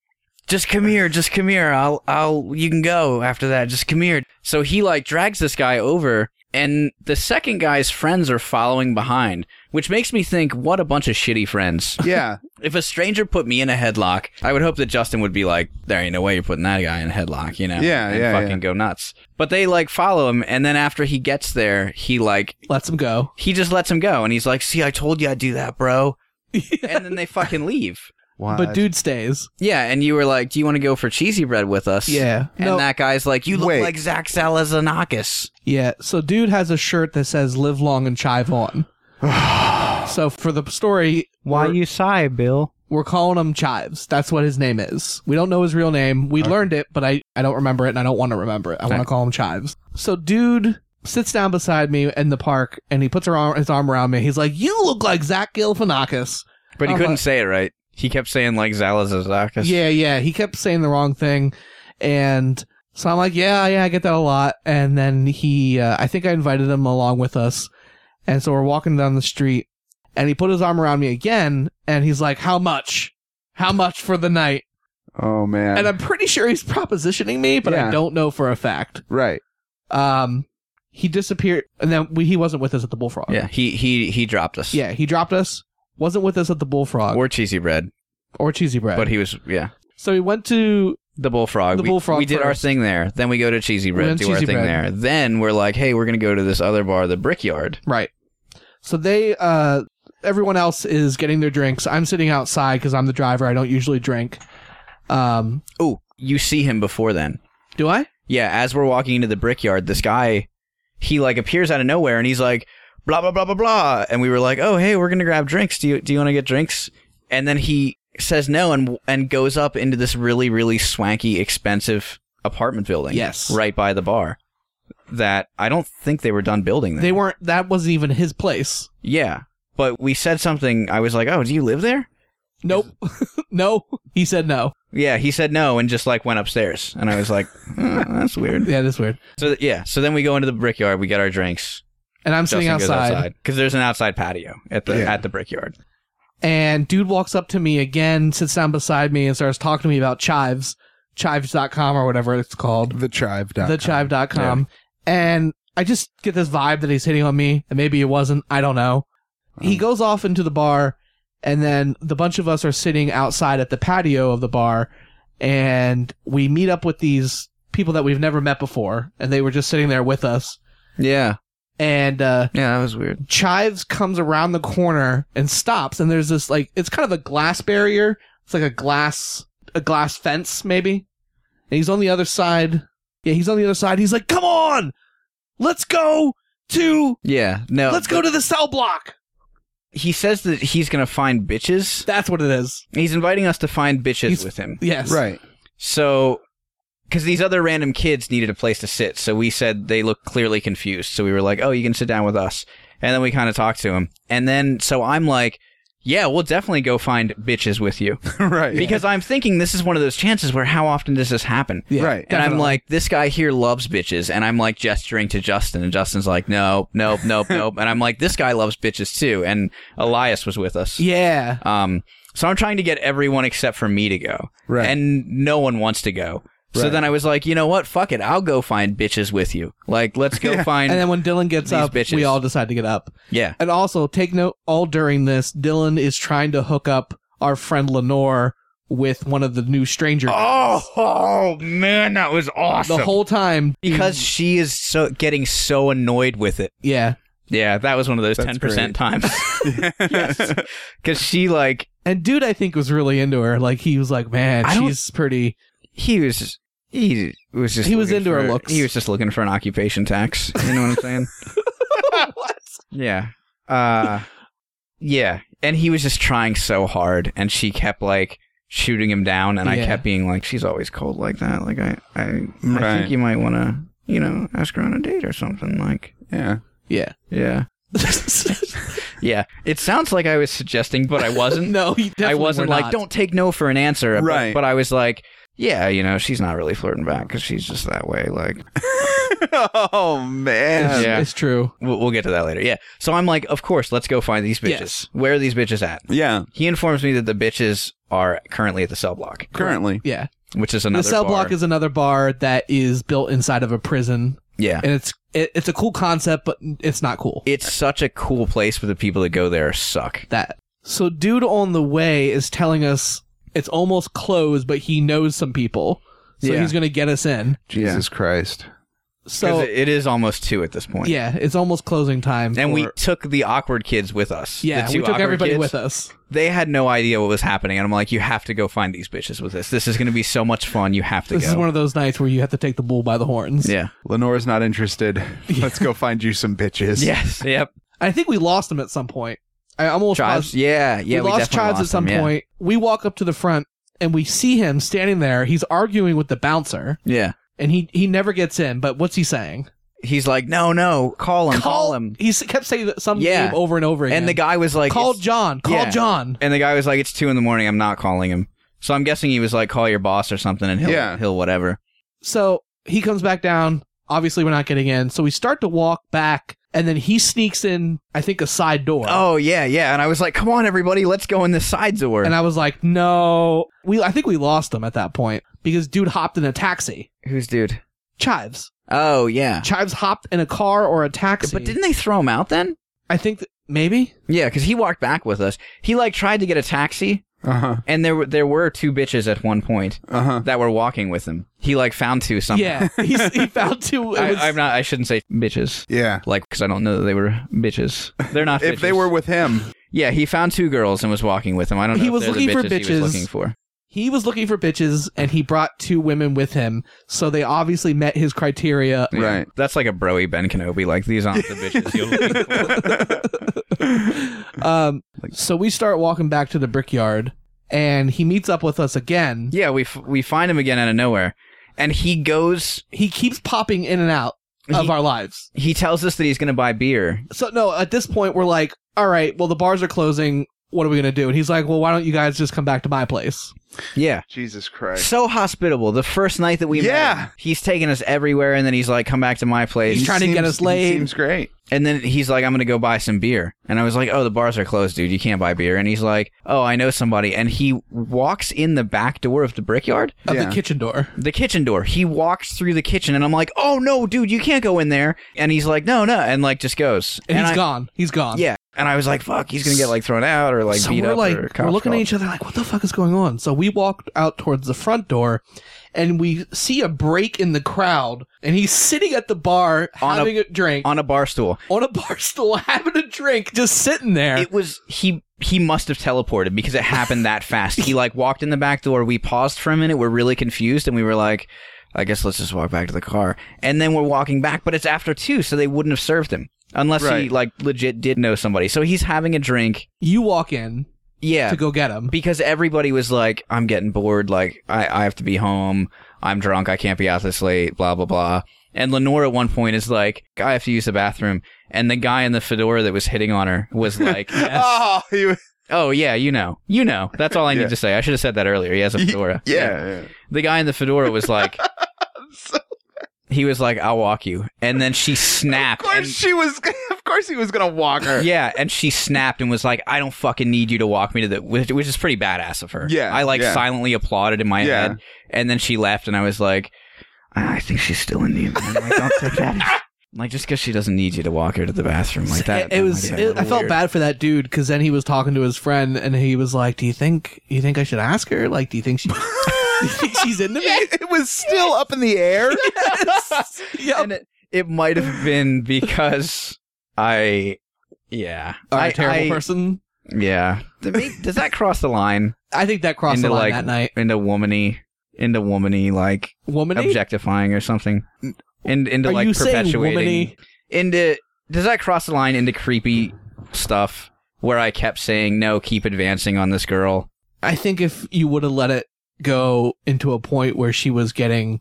S3: Just come here, just come here. I'll, I'll, you can go after that. Just come here. So he like drags this guy over, and the second guy's friends are following behind, which makes me think, what a bunch of shitty friends.
S1: Yeah.
S3: If a stranger put me in a headlock, I would hope that Justin would be like, "There ain't no way you're putting that guy in a headlock," you know?
S1: Yeah,
S3: and
S1: yeah,
S3: Fucking
S1: yeah.
S3: go nuts. But they like follow him, and then after he gets there, he like
S2: Lets him go.
S3: he just lets him go, and he's like, "See, I told you I'd do that, bro." and then they fucking leave.
S1: Why?
S2: But dude stays.
S3: Yeah, and you were like, "Do you want to go for cheesy bread with us?"
S2: Yeah.
S3: And
S2: No.
S3: that guy's like, "You look
S1: Wait.
S3: like Zach Salazanakis."
S2: Yeah. So dude has a shirt that says "Live long and chive on." so for the story, we're-
S3: sigh, Bill?
S2: We're calling him Chives. That's what his name is. We don't know his real name. We learned it, but I, I don't remember it and I don't want to remember it. I want to
S3: Right.
S2: call him Chives. So dude sits down beside me in the park and he puts her arm, his arm around me. He's like, You look like Zach Galifianakis.
S3: But he
S2: I'm
S3: couldn't
S2: like-
S3: say it right. He kept saying like Salazanakis.
S2: Yeah, yeah. He kept saying the wrong thing. And so I'm like, yeah, yeah, I get that a lot. And then he, uh, I think I invited him along with us. And so we're walking down the street and he put his arm around me again and he's like, how much? How much for the night?
S1: Oh man.
S2: and I'm pretty sure he's propositioning me, but
S1: Yeah.
S2: I don't know for a fact.
S1: right.
S2: Um, he disappeared, and then we, he wasn't with us at the Bullfrog.
S3: Yeah, he he he dropped us.
S2: yeah, he dropped us. Wasn't with us at the Bullfrog or,
S3: We're cheesy bread,
S2: Cheesy Bread.
S3: but he was yeah.
S2: so he went to
S3: The bullfrog.
S2: The
S3: We-
S2: Bullfrog
S3: We, did our
S2: first.
S3: thing there. Then we go to cheesy bread,
S2: went
S3: do
S2: to
S3: our
S2: Cheesy
S3: thing
S2: Bread.
S3: there. Then we're like, hey, we're gonna go to this other bar, the Brickyard.
S2: right. So they uh, everyone else is getting their drinks. I'm sitting outside because I'm the driver. I don't usually drink. Um,
S3: Oh, you see him before then.
S2: do I?
S3: Yeah, as we're walking into the brickyard, this guy, he like appears out of nowhere and he's like, blah blah blah blah blah, and we were like, oh hey, we're gonna grab drinks. Do you do you want to get drinks? And then he says no and and goes up into this really really swanky expensive apartment building.
S2: Yes.
S3: right by the bar. That I don't think they were done building. Then.
S2: They weren't. That wasn't even his place.
S3: Yeah, but we said something. I was like, oh, do you live there?
S2: Nope. no. He said no.
S3: Yeah, he said no and just like went upstairs, and I was like, oh, that's weird.
S2: Yeah, that's weird.
S3: So yeah, so then we go into the brickyard, we get our drinks.
S2: And I'm sitting outside.
S3: because there's an outside patio at the
S1: Yeah.
S3: at the brickyard.
S2: And dude walks up to me again, sits down beside me, and starts talking to me about chives, chives.com or whatever it's called,
S1: The chive. dot com.
S2: thechive.com. And I just get this vibe that he's hitting on me, and maybe it wasn't. I don't know.
S1: Um,
S2: He goes off into the bar, and then the bunch of us are sitting outside at the patio of the bar, and we meet up with these people that we've never met before, and they were just sitting there with us.
S3: Yeah,
S2: And uh,
S3: yeah, that was weird.
S2: Chives comes around the corner and stops, and there's this like it's kind of a glass barrier. It's like a glass a glass fence, maybe. And he's on the other side. Yeah, he's on the other side. He's like, "Come on, let's go to
S3: Yeah, no,
S2: let's go to the cell block."
S3: He says that he's gonna find bitches.
S2: That's what it is.
S3: He's inviting us to find bitches
S2: He's-
S3: with him.
S2: Yes,
S1: Right.
S3: So, because these other random kids needed a place to sit, so we said they looked clearly confused. So we were like, "Oh, you can sit down with us," and then we kind of talked to him, and then so I'm like, "Yeah, we'll definitely go find bitches with you,"
S1: right.
S3: because I'm thinking this is one of those chances where how often does this happen?
S2: Yeah.
S1: Right.
S3: And I'm
S2: Definitely.
S3: like, this guy here loves bitches. And I'm like gesturing to Justin. And Justin's like, no, nope, nope, nope. And I'm like, this guy loves bitches too. And Elias was with us.
S2: Yeah,
S3: Um, so I'm trying to get everyone except for me to go.
S1: Right.
S3: And no one wants to go. So
S1: Right.
S3: then I was like, you know what? Fuck it. I'll go find bitches with you. Like, let's go find.
S2: and then when Dylan gets
S3: These
S2: up,
S3: bitches.
S2: we all decide to get up.
S3: yeah.
S2: And also take note: all during this, Dylan is trying to hook up our friend Lenore with one of the new stranger.
S3: Oh, oh, man, that was awesome.
S2: The whole time,
S3: because she is so getting so annoyed with it.
S2: yeah,
S3: Yeah, that was one of those
S1: That's
S3: ten
S1: great.
S3: percent times. Because she like
S2: And dude, I think was really into her. Like he was like, man,
S3: I don't-
S2: she's pretty.
S3: he was he was just
S2: He was
S3: looking
S2: into her
S3: for-
S2: looks.
S3: He was just looking for an occupation tax. You know what I'm saying? yeah. Uh, yeah. And he was just trying so hard, and she kept like shooting him down, and I
S2: Yeah.
S3: kept being like, "She's always cold like that. Like I, I, I
S1: Right.
S3: think you might want to, you know, ask her on a date or something." Like,
S1: Yeah.
S2: Yeah.
S3: yeah, yeah. It sounds like I was suggesting, but I wasn't.
S2: no, he definitely
S3: I wasn't
S2: were
S3: like,
S2: not.
S3: don't take no for an answer. but-
S1: Right.
S3: But, I was like, yeah, you know, she's not really flirting back because she's just that way. Like,
S1: oh man.
S2: It's,
S3: Yeah.
S2: it's true.
S3: we'll, we'll get to that later. Yeah. So I'm like, of course, let's go find these bitches.
S2: Yes.
S3: Where are these bitches at?
S1: Yeah.
S3: He informs me that the bitches are currently at the cell block,
S1: Currently.
S2: Yeah.
S3: which is another
S2: the cell
S3: bar.
S2: block is another bar that is built inside of a prison,
S3: yeah.
S2: and it's it, it's a cool concept, but it's not cool.
S3: It's such a cool place, but the people that go there suck.
S2: that so dude on the way is telling us it's almost closed, but he knows some people, so
S3: Yeah.
S2: he's gonna get us in.
S1: Jesus Christ.
S3: Because
S2: So
S3: it is almost two at this point.
S2: yeah, it's almost closing time.
S3: And we
S2: for-
S3: took the awkward kids with us.
S2: yeah
S3: the
S2: we
S3: two
S2: took
S3: awkward
S2: everybody
S3: kids.
S2: with us.
S3: They had no idea what was happening, and I'm like, "You have to go find these bitches with us. This is going to be so much fun. You have to
S2: This
S3: go."
S2: is one of those nights where you have to take the bull by the horns.
S3: yeah.
S1: Lenore's not interested. Let's go find you some bitches.
S3: Yes. Yep.
S2: I think we lost him at some point. I almost
S3: Chives.
S2: paused-
S3: Yeah. Yeah.
S2: we, lost
S3: definitely
S2: Chives at
S3: lost
S2: some
S3: him, yeah.
S2: point. We walk up to the front and we see him standing there. He's arguing with the bouncer
S3: Yeah.
S2: and he, he never gets in. But what's he saying?
S3: He's like, no, no, call him, call, him.
S2: He s- kept saying that some
S3: Yeah.
S2: name over and over again.
S3: And the guy was like,
S2: call
S3: it's-
S2: John. Call
S3: Yeah.
S2: John.
S3: and the guy was like, it's two in the morning. I'm not calling him. So I'm guessing he was like, call your boss or something, and he'll
S1: Yeah.
S3: he'll whatever.
S2: So he comes back down. Obviously, we're not getting in. So we start to walk back and then he sneaks in, I think, a side door.
S3: Oh yeah, yeah. And I was like, come on, everybody, let's go in the side door.
S2: And I was like, no, we. I think we lost him at that point because dude hopped in a taxi.
S3: Who's dude?
S2: Chives.
S3: Oh yeah.
S2: Chives hopped in a car or a taxi.
S3: But didn't they throw him out then?
S2: I think th- maybe?
S3: Yeah, because he walked back with us. He like tried to get a taxi,
S1: Uh huh.
S3: and there were there were two bitches at one point
S1: Uh huh.
S3: that were walking with him. He like found two somehow.
S2: Yeah, he, s- he found two. it
S3: I,
S2: was-
S3: I'm not. I shouldn't say bitches.
S1: Yeah.
S3: Like, because I don't know that they were bitches. They're not.
S1: If they
S3: bitches.
S1: were with him,
S3: yeah, he found two girls and was walking with them. I don't know.
S2: He
S3: if
S2: was
S3: they're the
S2: looking for
S3: bitches He was
S2: bitches.
S3: looking for.
S2: he was looking for bitches, and he brought two women with him, so they obviously met his criteria.
S3: Yeah.
S1: Right.
S3: That's like a broy Ben Kenobi. Like these aren't the bitches you're looking for.
S2: Um, so we start walking back to the brickyard, and he meets up with us again.
S3: Yeah, we f- we find him again out of nowhere, and he goes.
S2: He keeps popping in and out of
S3: He-
S2: our lives.
S3: He tells us that he's going to buy beer.
S2: So no, at this point we're like, all right, well the bars are closing. What are we gonna do? And he's like, well, why don't you guys just come back to my place?
S3: Yeah.
S1: Jesus Christ.
S3: So hospitable. The first night that we met,
S1: Yeah.
S3: him, he's taking us everywhere, and then he's like, "Come back to my place."
S2: He's trying to get us
S1: he
S2: laid.
S1: Seems great.
S3: and then he's like, "I'm gonna go buy some beer." And I was like, "Oh, the bars are closed, dude. You can't buy beer." And he's like, "Oh, I know somebody." And he walks in the back door of the brickyard,
S2: Of
S1: Yeah.
S2: the kitchen door.
S3: the kitchen door. He walks through the kitchen, and I'm like, "Oh no, dude, you can't go in there." And he's like, "No, no," and like just goes.
S2: And, he's
S3: I,
S2: gone. He's gone.
S3: Yeah. And I was like, "Fuck, he's gonna get like thrown out or like
S2: so
S3: beat
S2: we're
S3: up."
S2: like,
S3: or
S2: we're
S3: cops
S2: looking at
S3: called."
S2: each other like, what the fuck is going on? So we walked out towards the front door, and we see a break in the crowd, and he's sitting at the bar
S3: On a-
S2: having a, drink on,
S3: on a bar stool.
S2: a bar stool, having a drink, just sitting there.
S3: It was he he must have teleported because it happened that fast. He like walked in the back door. We paused for a minute. We're really confused and we were like, I guess let's just walk back to the car. And then we're walking back, but it's after two, so they wouldn't have served him unless he
S1: Right.
S3: like legit did know somebody. So he's having a drink.
S2: you walk in
S3: Yeah.
S2: to go get him.
S3: because everybody was like, I'm getting bored. Like, I, I have to be home. I'm drunk. I can't be out this late. Blah, blah, blah. And Lenore at one point is like, I have to use the bathroom. And the guy in the fedora that was hitting on her was like,
S1: Oh, he, was-
S3: Oh, yeah, you know. You know. That's all I need
S1: Yeah.
S3: to say. I should have said that earlier. He has a fedora.
S1: yeah, yeah.
S3: The guy in the fedora was like, He was like, I'll walk you. And then she snapped.
S1: Of course
S3: and-
S1: she was. Of course he was gonna walk her.
S3: yeah, and she snapped and was like, "I don't fucking need you to walk me to the," which, which is pretty badass of her.
S1: Yeah,
S3: I like
S1: yeah.
S3: silently applauded in my
S1: Yeah.
S3: head, and then she left, and I was like, "I think she's still in need." I'm Like, don't take that. Like just because she doesn't need you to walk her to the bathroom like that.
S2: it,
S3: that
S2: it was.
S3: might
S2: It,
S3: be a
S2: I
S3: little
S2: felt
S3: weird.
S2: bad for that dude because then he was talking to his friend and he was like, "Do you think? You think I should ask her? Like, do you think she? do you think she's into me?"
S1: It, it was still up in the air.
S2: Yep.
S3: And it, it might have been because I, yeah,
S2: Are
S3: I,
S2: a terrible
S3: I-
S2: person.
S3: Yeah, Does it- does that cross the line
S2: I think that crossed the
S3: into,
S2: line
S3: like,
S2: that night.
S3: into womany, into womany like
S2: Woman.
S3: objectifying or something, and into
S2: Are
S3: like
S2: you saying
S3: perpetuating
S2: womany?
S3: into does that cross the line into creepy stuff where I kept saying no, keep advancing on this girl.
S2: I think if you would have let it go into a point where she was getting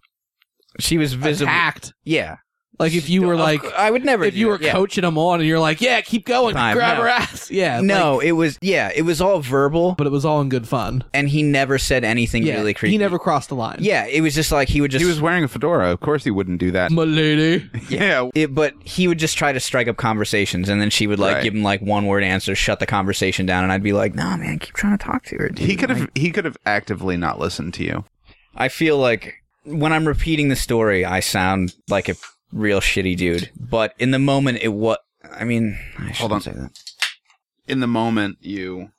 S3: She was visible.
S2: attacked,
S3: Yeah,
S2: like if you were
S3: Of
S2: like,
S3: cou- I would never.
S2: if
S3: do
S2: you were
S3: that, yeah.
S2: coaching them on, and you're like, yeah, keep going,
S3: Time,
S2: grab
S3: no.
S2: her ass, yeah, like-
S3: no, it was yeah, it was all verbal,
S2: but it was all in good fun.
S3: and he never said anything
S2: Yeah,
S3: really creepy.
S2: he never crossed the line.
S3: Yeah, it was just like he would just.
S1: he was wearing a fedora. Of course he wouldn't do that.
S2: my lady.
S1: Yeah.
S3: It, but he would just try to strike up conversations, and then she would like
S1: Right.
S3: give him like one word answers, shut the conversation down, and I'd be like, "Nah, man, keep trying to talk to her." Dude.
S1: He could
S3: Like-
S1: have. He could have actively not listened to you.
S3: I feel like when I'm repeating the story, I sound like a real shitty dude. But in the moment, it was. I mean, I shouldn't
S1: on.
S3: say that.
S1: In the moment, you.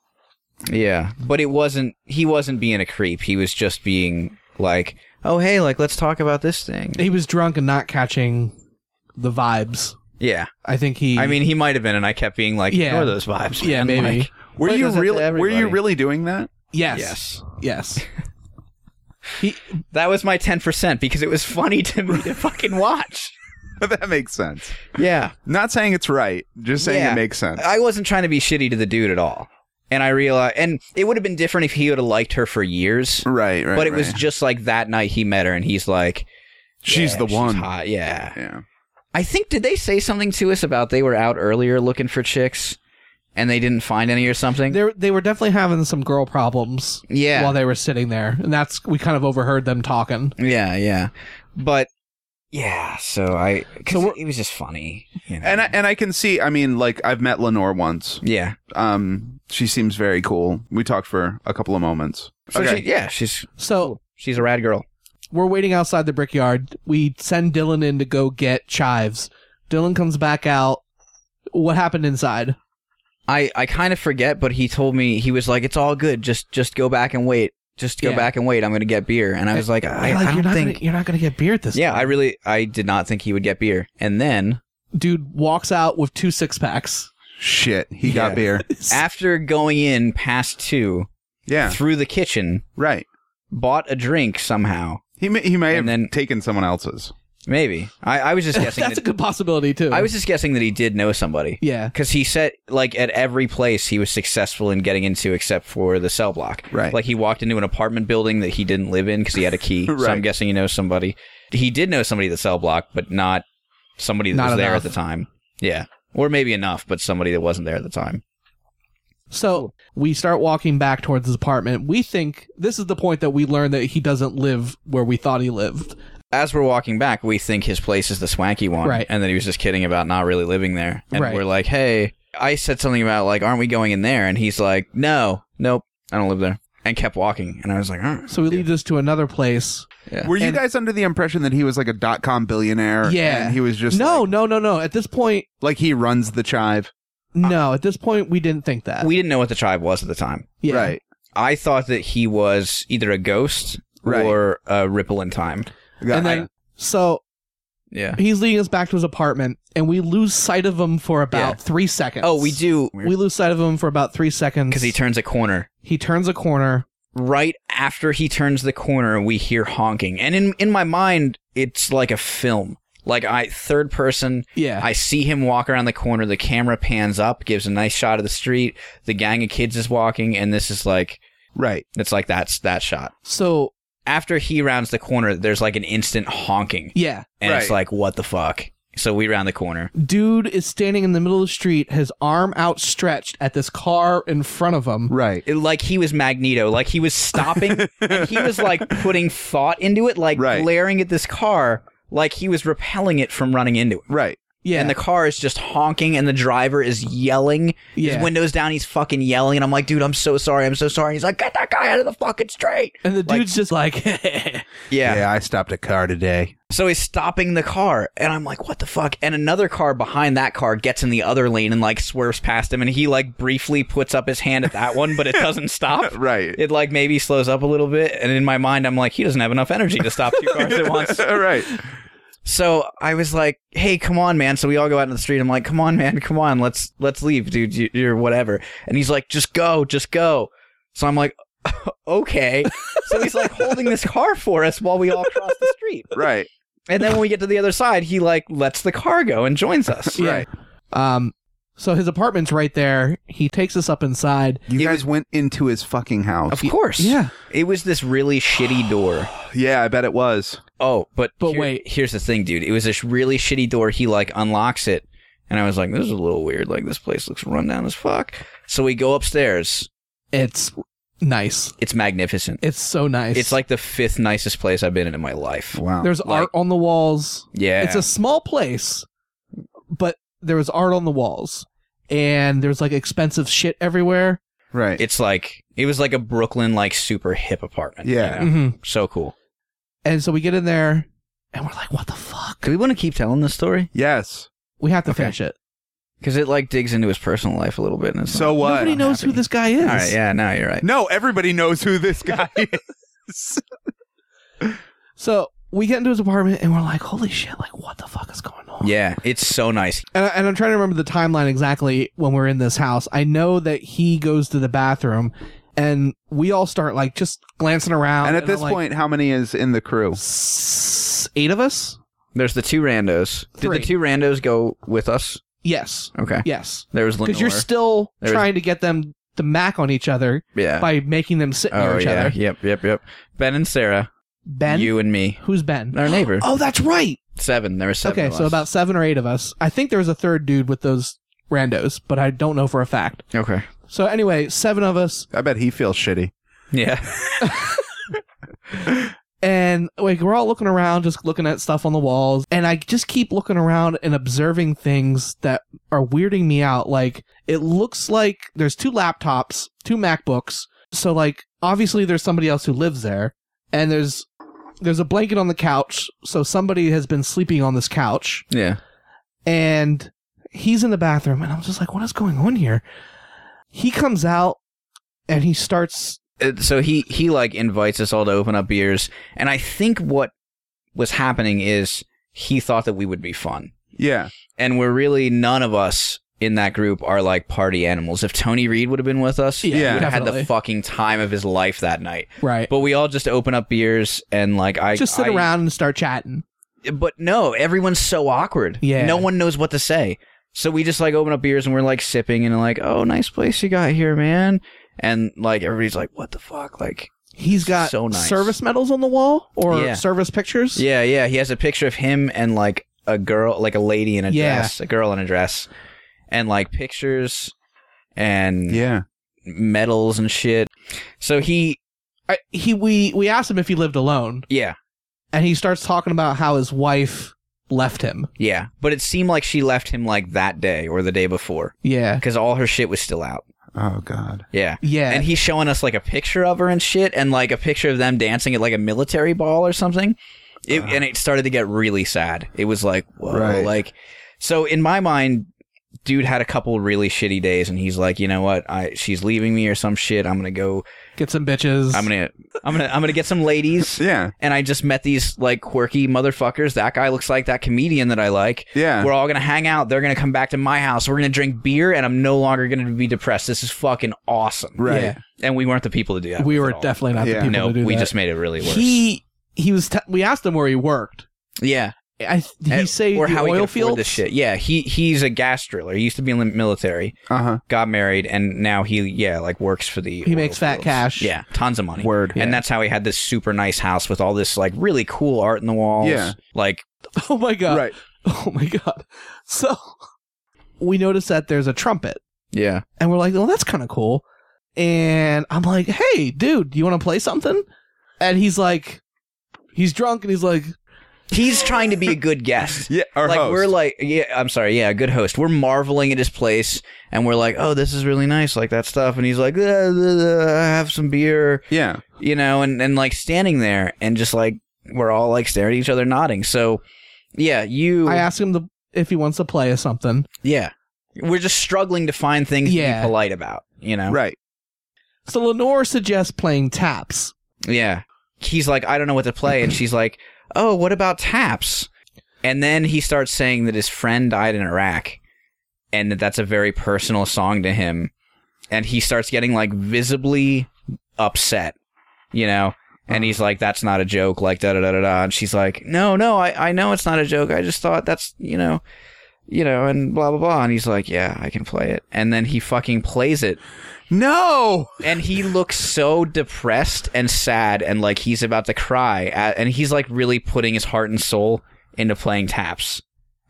S3: Yeah, but it wasn't. He wasn't being a creep. He was just being like, "Oh, hey, like let's talk about this thing."
S2: he was drunk and not catching the vibes.
S3: Yeah,
S2: I think he.
S3: I mean, he might have been, and I kept being like,
S2: Yeah.
S3: "Ignore those vibes."
S2: Yeah,
S3: man."
S2: maybe.
S3: Like,
S1: Were
S3: But it
S1: you
S3: does that to
S1: really? Were you
S3: everybody.
S1: really doing that?
S2: yes, yes,
S3: yes,
S2: yes.
S3: that was my ten percent because it was funny to me to fucking watch.
S1: that makes sense.
S3: Yeah,
S1: Not saying it's right. Just saying
S3: Yeah.
S1: it makes sense.
S3: I wasn't trying to be shitty to the dude at all, and I realized, and it would have been different if he would have liked her for years.
S1: right. Right.
S3: but it was
S1: right.
S3: just like that night he met her and he's like
S1: She's
S3: "Yeah,
S1: the one.
S3: hot yeah
S1: Yeah.
S3: i think did they say something to us about they were out earlier looking for chicks and they didn't find any or something
S2: They they were definitely having some girl problems
S3: yeah
S2: while they were sitting there, and that's we kind of overheard them talking.
S3: yeah yeah but Yeah, so I
S1: So
S3: because
S1: we're-
S3: it was just funny. you know.
S1: And I, and I can see. I mean, like I've met Lenore once.
S3: yeah,
S1: Um, she seems very cool. We talked for a couple of moments.
S3: so
S1: okay.
S3: she, yeah, she's
S2: So
S3: she's a rad girl.
S2: we're waiting outside the brickyard. We send Dylan in to go get chives. Dylan comes back out. What happened inside?
S3: I I kind of forget, but he told me he was like, "It's all good. Just just go back and wait. Just go
S2: Yeah.
S3: back and wait. I'm gonna get beer." And I was like, "I,
S2: You're
S3: I
S2: you're
S3: don't
S2: not
S3: think."
S2: gonna, you're not gonna get beer at this.
S3: yeah, I really I did not think he would get beer. And then
S2: dude walks out with two six packs.
S1: Shit, he
S3: Yeah.
S1: got beer.
S3: after going in past two
S1: Yeah,
S3: through the kitchen,
S1: right.
S3: bought a drink somehow.
S1: He may, he may
S3: And
S1: have
S3: then-
S1: taken someone else's.
S3: Maybe I, I was just guessing.
S2: That's a
S3: that,
S2: good possibility too.
S3: I was just guessing that he did know somebody
S2: yeah.
S3: because he said like at every place he was successful in getting into except for the cell block.
S1: Right.
S3: Like he walked into an apartment building that he didn't live in because he had a key. So I'm
S1: Right.
S3: guessing he knows somebody. He did know somebody at the cell block, but not somebody that
S2: Not
S3: was there
S2: enough.
S3: at the time. Yeah. Or maybe enough, but somebody that wasn't there at the time.
S2: So we start walking back towards his apartment. We think this is the point that we learn that he doesn't live where we thought he lived.
S3: As we're walking back, we think his place is the swanky one.
S2: Right.
S3: And then he was just kidding about not really living there. And
S2: Right.
S3: we're like, hey, I said something about, like, aren't we going in there? And he's like, no, nope, I don't live there. And kept walking. And I was like, all right.
S2: So he leads us to another place.
S1: Were you
S2: And-
S1: guys under the impression that he was like a dot com billionaire?
S2: Yeah.
S1: and he was just
S2: no,
S1: like,
S2: no, no, no. At this point,
S1: like he runs the chive.
S2: no. At this point, we didn't think that.
S3: Uh, we didn't know what the tribe was at the time.
S2: yeah.
S1: Right,
S3: I thought that he was either a ghost
S1: Right.
S3: or a ripple in time.
S2: And then so
S3: Yeah.
S2: he's leading us back to his apartment, and we lose sight of him for about
S3: Yeah.
S2: three seconds.
S3: Oh, we do
S2: We lose sight of him for about three seconds
S3: because he turns a corner.
S2: he turns a corner.
S3: Right after he turns the corner, we hear honking, and in in my mind, it's like a film. Like I third person,
S2: Yeah.
S3: I see him walk around the corner. The camera pans up, gives a nice shot of the street. The gang of kids is walking, and this is like
S1: right.
S3: it's like that's that shot.
S2: so
S3: After he rounds the corner, there's like an instant honking,
S2: yeah,
S3: and it's
S1: Right.
S3: like what the fuck. So we round the corner.
S2: dude is standing in the middle of the street, his arm outstretched at this car in front of him.
S1: Right.
S3: it- like he was Magneto, like he was stopping and he was like putting thought into it, like
S1: Right.
S3: glaring at this car, like he was repelling it from running into it.
S1: Right.
S2: Yeah,
S3: And the car is just honking, and the driver is yelling.
S2: Yeah.
S3: His windows down, he's fucking yelling, and I'm like, dude, I'm so sorry, I'm so sorry. He's like, get that guy out of the fucking street.
S2: and the
S3: like-
S2: dude's just like,
S3: Yeah.
S1: I stopped a car today.
S3: So he's stopping the car, and I'm like, what the fuck? And another car behind that car gets in the other lane and like swerves past him, and he like briefly puts up his hand at that one, but it doesn't stop.
S1: Right.
S3: it like maybe slows up a little bit and in my mind i'm like he doesn't have enough energy to stop two cars at once
S1: right.
S3: so i was like hey come on man so we all go out in the street i'm like come on man come on let's let's leave dude you- you're whatever and he's like just go just go so i'm like okay so he's like holding this car for us while we all cross the street
S1: Right.
S3: and then when we get to the other side he like lets the car go and joins us
S2: Yeah.
S1: Right.
S2: um, so his apartment's right there. He takes us up inside.
S1: You
S3: It
S1: guys went into his fucking house.
S3: of course
S2: Yeah,
S3: it was this really shitty door
S1: Yeah, I bet it was.
S3: Oh, but
S2: But
S3: here-
S2: wait.
S3: here's the thing, dude. It was this really shitty door. He like unlocks it, and I was like, "This is a little weird. Like this place looks run down as fuck." So we go upstairs.
S2: it's nice.
S3: It's magnificent.
S2: It's so nice.
S3: It's like the fifth nicest place I've been in in my life.
S1: Wow.
S2: there's
S3: like-
S2: art on the walls.
S3: Yeah,
S2: It's a small place, but there was art on the walls, and there's like expensive shit everywhere.
S1: right.
S3: it's like it was like a Brooklyn like super hip apartment.
S1: Yeah.
S3: you know?
S2: Mm-hmm.
S3: so cool.
S2: And so we get in there and we're like, what the fuck?
S3: Do we want to keep telling this story?
S1: yes.
S2: We have to
S3: Okay.
S2: finish it.
S3: Because it like digs into his personal life a little bit. And it's
S1: So
S3: like-
S1: what?
S2: Nobody
S1: I'm
S2: knows who
S1: happy.
S2: this guy is.
S3: All right. Yeah. No, you're right.
S1: No, everybody knows who this guy is.
S2: So we get into his apartment and we're like, holy shit, like, what the fuck is going on?
S3: Yeah, it's so nice.
S2: And, I, and I'm trying to remember the timeline exactly when we're in this house. I know that he goes to the bathroom and we all start like just glancing around.
S1: and at this
S2: I'm like,
S1: point, how many is in the crew?
S2: "S- eight of us?
S3: There's the two randos.
S2: Three.
S3: Did the two randos go with us?
S2: Yes.
S3: Okay.
S2: Yes.
S3: There was
S2: Because you're
S3: Lenore.
S2: still
S3: There's-
S2: trying to get them to mac on each other
S3: Yeah.
S2: by making them sit near
S3: oh
S2: each
S3: yeah.
S2: other.
S3: Yep. Yep. Yep. Ben and Sarah.
S2: Ben?
S3: You and me.
S2: Who's Ben?
S3: Our neighbor.
S2: Oh, that's right.
S3: Seven. There were seven.
S2: okay,
S3: of
S2: so
S3: us.
S2: about seven or eight of us. I think there was a third dude with those randos, but I don't know for a fact.
S3: Okay.
S2: So anyway, seven of us.
S1: I bet he feels shitty.
S3: Yeah.
S2: And like we're all looking around, just looking at stuff on the walls, and I just keep looking around and observing things that are weirding me out. Like it looks like there's two laptops, two MacBooks. So like obviously there's somebody else who lives there, and there's there's a blanket on the couch. So somebody has been sleeping on this couch
S3: Yeah.
S2: and he's in the bathroom and i'm just like what is going on here he comes out and he starts
S3: Uh, So he he like invites us all to open up beers, and I think what was happening is he thought that we would be fun,
S1: Yeah.
S3: and we're really none of us in that group are like party animals. If Tony Reed would have been with us,
S2: Yeah,
S3: he would have had
S2: definitely.
S3: the fucking time of his life that night.
S2: right
S3: But we all just open up beers and like I
S2: just sit
S3: I-
S2: around and start chatting
S3: But no, everyone's so awkward.
S2: Yeah.
S3: no one knows what to say. So we just like open up beers and we're like sipping and like, oh, nice place you got here, man. And like everybody's like, what the fuck, like.
S2: he's got
S3: So nice.
S2: service medals on the wall or
S3: Yeah.
S2: service pictures
S3: Yeah, yeah. He has a picture of him and like a girl, like a lady in a
S2: Yeah.
S3: dress, a girl in a dress, and like pictures and
S1: Yeah.
S3: medals and shit. So he,
S2: I, he we we asked him if he lived alone
S3: yeah,
S2: and he starts talking about how his wife left him
S3: yeah. But it seemed like she left him like that day or the day before
S2: yeah
S3: because all her shit was still out.
S1: Oh God.
S3: Yeah.
S2: yeah
S3: And he's showing us like a picture of her and shit, and like a picture of them dancing at like a military ball or something. It, and it started to get really sad. It was like, whoa,
S1: Right.
S3: like. So in my mind, dude had a couple really shitty days, and he's like, you know what? I she's leaving me or some shit. I'm gonna go.
S2: get some bitches
S3: I'm gonna. I'm gonna. I'm gonna get some ladies.
S1: Yeah.
S3: And I just met these like quirky motherfuckers. That guy looks like that comedian that I like.
S1: Yeah.
S3: We're all gonna hang out. They're gonna come back to my house. We're gonna drink beer, and I'm no longer gonna be depressed. This is fucking awesome.
S1: Right.
S2: Yeah.
S3: And we weren't the people to do that.
S2: we
S3: with
S2: were
S3: at all.
S2: definitely not
S1: Yeah.
S2: the people
S3: No,
S2: to do
S3: we
S2: that.
S3: just made it really worse.
S2: he he was te- we asked him where he worked
S3: yeah.
S2: I, he
S3: And-
S2: say
S3: or how
S2: the
S3: he
S2: oil
S3: can
S2: fields
S3: afford this shit. Yeah. He he's a gas driller. He used to be in the military,
S1: Uh huh.
S3: got married, and now he yeah like works for the.
S2: He
S3: oil
S2: makes fat
S3: fields.
S2: cash.
S3: Yeah, tons of money.
S1: Word.
S3: And
S2: Yeah.
S3: that's how he had this super nice house with all this like really cool art in the walls.
S1: Yeah.
S3: Like
S2: oh my god
S1: Right.
S2: Oh my god. So we notice that there's a trumpet
S3: yeah.
S2: and we're like, "Oh, that's kind of cool." And I'm like, "Hey, dude, do you want to play something?" And he's like he's drunk and he's like,
S3: He's trying to be a good guest.
S1: Yeah. Our
S3: like
S1: host.
S3: we're like yeah i'm sorry yeah good host we're marveling at his place and we're like oh this is really nice like that stuff and he's like uh, uh, uh, have some beer
S1: yeah.
S3: you know, and, and like standing there and just like we're all like staring at each other, nodding. So, yeah, you,
S2: I asked him to, if he wants to play or something.
S3: yeah, we're just struggling to find things to
S2: Yeah.
S3: be polite about, you know,
S1: Right.
S2: So Lenore suggests playing taps.
S3: Yeah, he's like, I don't know what to play, and she's like, Oh, what about taps? And then he starts saying that his friend died in Iraq, and that that's a very personal song to him, and he starts getting like visibly upset, you know. And he's like, "That's not a joke." Like da da da da da. And she's like, "No, no, I, I know it's not a joke. I just thought that's you know, you know, and blah blah blah." And he's like, "Yeah, I can play it." And then he fucking plays it,
S1: No.
S3: and he looks so depressed and sad and like he's about to cry A- and he's like really putting his heart and soul into playing taps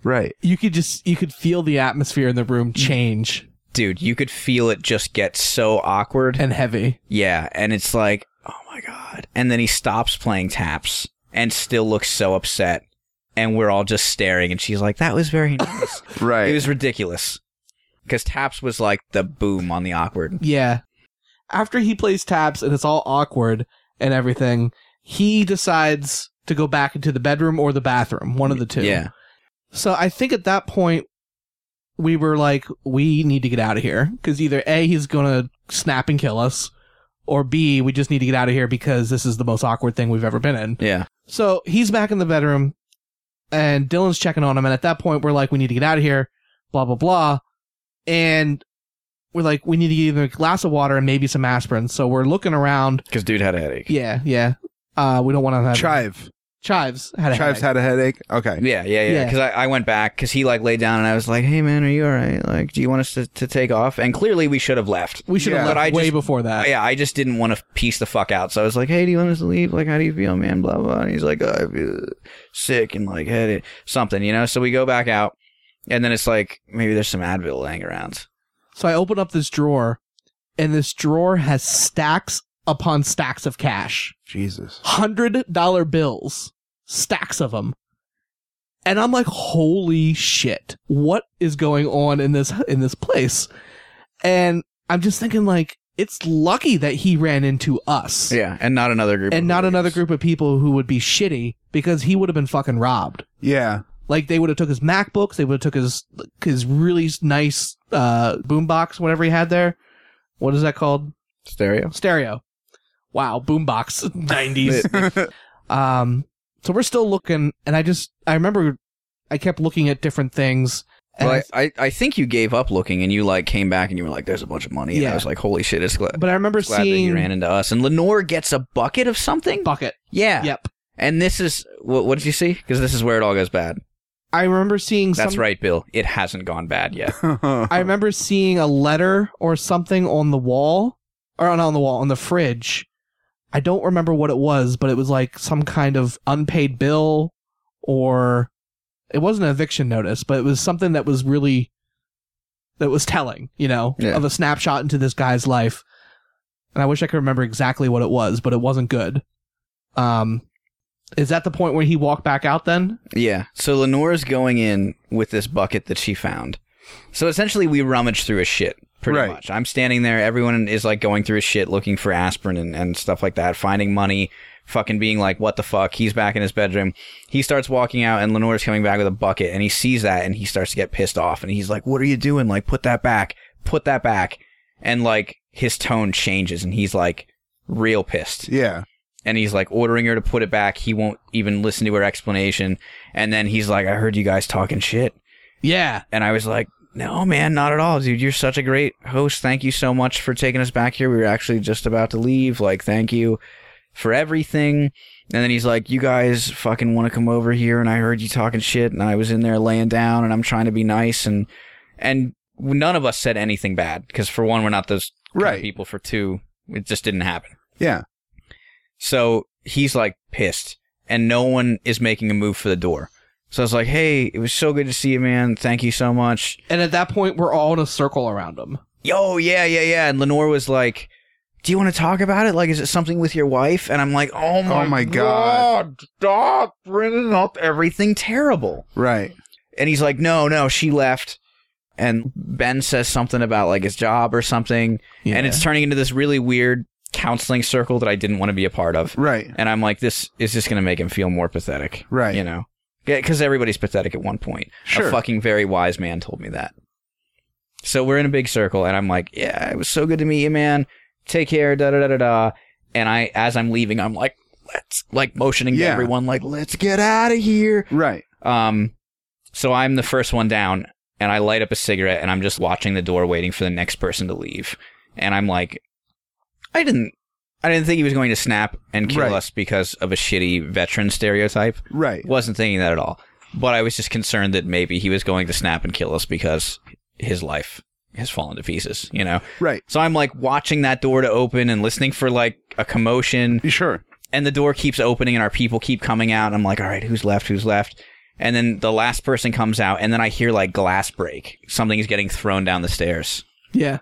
S1: Right.
S2: You could just you could feel the atmosphere in the room change
S3: dude you could feel it just get so awkward
S2: and heavy.
S3: yeah and it's like oh my god and then he stops playing taps and still looks so upset and we're all just staring and she's like that was very nice
S1: Right.
S3: it was ridiculous because taps was like the boom on the awkward
S2: Yeah. After he plays taps and it's all awkward and everything, he decides to go back into the bedroom or the bathroom, one of the two.
S3: yeah
S2: So I think at that point, we were like, we need to get out of here because either A, he's going to snap and kill us, or B, we just need to get out of here because this is the most awkward thing we've ever been in.
S3: yeah
S2: So he's back in the bedroom and Dylan's checking on him. And at that point, we're like, we need to get out of here, blah, blah, blah. And we're like, we need to get either a glass of water and maybe some aspirin. So we're looking around.
S3: because dude had a headache
S2: Yeah, yeah. Uh, we don't want to have
S1: Chive.
S2: Chives had a
S1: Chive's
S2: headache.
S1: had a headache. Okay.
S3: Yeah, yeah, yeah.
S2: Yeah.
S3: Because I, I went back because he like laid down and I was like, "Hey, man, are you all right? Like, do you want us to, to take off?" And clearly, we should have left.
S2: we should
S1: Yeah.
S2: have
S3: But I
S2: left way
S3: just-
S2: before that.
S3: Yeah, I just didn't want to piece the fuck out. So I was like, "Hey, do you want us to leave? Like, how do you feel, man? Blah blah." And he's like, "Oh, "I feel sick and like headache, something, you know." So we go back out, and then it's like maybe there's some Advil laying around.
S2: So I open up this drawer, and this drawer has stacks upon stacks of cash
S1: Jesus.
S2: hundred dollar bills, stacks of them, and I'm like, holy shit, what is going on in this in this place? And I'm just thinking like, it's lucky that he ran into us
S3: Yeah, and not another group.
S2: and
S3: of
S2: not another
S3: hooligans.
S2: group of people who would be shitty because he would have been fucking robbed.
S1: Yeah.
S2: Like they would have took his MacBooks, they would have took his his really nice uh, boombox, whatever he had there. What is that called?
S3: Stereo.
S2: stereo. Wow, boombox nineties. um, so we're still looking, and I just I remember I kept looking at different things. And
S3: Well, I, I, I think you gave up looking and you like came back and you were like, "There's a bunch of money." And
S2: Yeah.
S3: I was like, "Holy shit!" It's glad,
S2: but I remember
S3: glad that you
S2: seeing
S3: ran into us. And Lenore gets a bucket of something.
S2: bucket.
S3: Yeah.
S2: Yep,
S3: And this is what, what did you see? Because this is where it all goes bad.
S2: I remember seeing.
S3: That's
S2: some-
S3: right, Bill. It hasn't gone bad yet.
S2: I remember seeing a letter or something on the wall, or not on the wall on the fridge. I don't remember what it was, but it was like some kind of unpaid bill, or it wasn't an eviction notice, but it was something that was really that was telling, you know,
S3: Yeah.
S2: of a snapshot into this guy's life. And I wish I could remember exactly what it was, but it wasn't good. Um, is that the point where he walked back out? Then
S3: Yeah. So Lenore's going in with this bucket that she found. So essentially, we rummage through a shit pretty
S1: Right.
S3: much. I'm standing there. Everyone is like going through a shit, looking for aspirin and, and stuff like that, finding money, fucking being like, "What the fuck?" He's back in his bedroom. He starts walking out, and Lenore's coming back with a bucket, and he sees that, and he starts to get pissed off, and he's like, "What are you doing? Like, put that back. Put that back." And like his tone changes, and he's like real pissed
S1: yeah.
S3: and he's like ordering her to put it back. He won't even listen to her explanation. And then he's like, I heard you guys talking shit.
S2: yeah,
S3: And I was like, no, man, not at all, dude. You're such a great host. Thank you so much for taking us back here. We were actually just about to leave. Like, thank you for everything. And then he's like, you guys fucking want to come over here. And I heard you talking shit. And I was in there laying down and I'm trying to be nice. And, and none of us said anything bad because for one, we're not those kind of
S1: Right.
S3: people. For two, it just didn't happen.
S1: Yeah.
S3: So he's like pissed, and no one is making a move for the door. So I was like, "Hey, it was so good to see you, man. Thank you so much."
S2: and at that point we're all in a circle around him.
S3: Yo, yeah, yeah, yeah. And Lenore was like, "Do you want to talk about it? Like, is it something with your wife?" And I'm like, "Oh my,
S1: my God.
S3: God, stop bringing up everything terrible."
S1: Right.
S3: And he's like, "No, no, she left." And Ben says something about like his job or something, and it's turning into this really weird counseling circle that I didn't want to be a part of.
S1: Right.
S3: And I'm like, this is just going to make him feel more pathetic.
S1: Right.
S3: You know? Because everybody's pathetic at one point.
S1: Sure.
S3: A fucking very wise man told me that. So we're in a big circle, and I'm like, yeah, it was so good to meet you, man. Take care, da da da da da. And I, as I'm leaving, I'm like, let's, like motioning
S1: Yeah.
S3: to everyone, like, let's get out of here.
S1: Right.
S3: Um, so I'm the first one down, and I light up a cigarette, and I'm just watching the door, waiting for the next person to leave. And I'm like, I didn't, I didn't think he was going to snap and kill
S1: Right.
S3: us because of a shitty veteran stereotype.
S1: Right.
S3: Wasn't thinking that at all. But I was just concerned that maybe he was going to snap and kill us because his life has fallen to pieces. You know.
S1: Right.
S3: So I'm like watching that door to open and listening for like a commotion
S1: You sure?
S3: and the door keeps opening and our people keep coming out and i'm like all right who's left who's left and then the last person comes out and then i hear like glass break something is getting thrown down the stairs
S2: Yeah,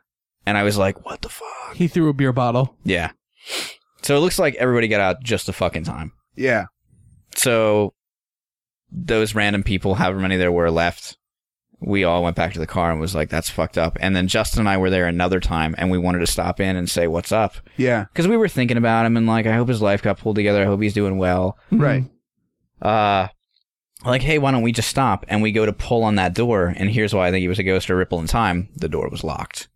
S3: and i was like what the fuck
S2: he threw a beer bottle.
S3: yeah so it looks like everybody got out just the fucking time
S1: Yeah.
S3: so those random people however many there were left we all went back to the car and was like that's fucked up and then justin and i were there another time and we wanted to stop in and say what's up
S1: Yeah.
S3: because we were thinking about him and like i hope his life got pulled together i hope he's doing well
S2: Mm-hmm.
S1: Right.
S3: uh like hey why don't we just stop and we go to pull on that door and here's why i think it was a ghost or ripple in time the door was locked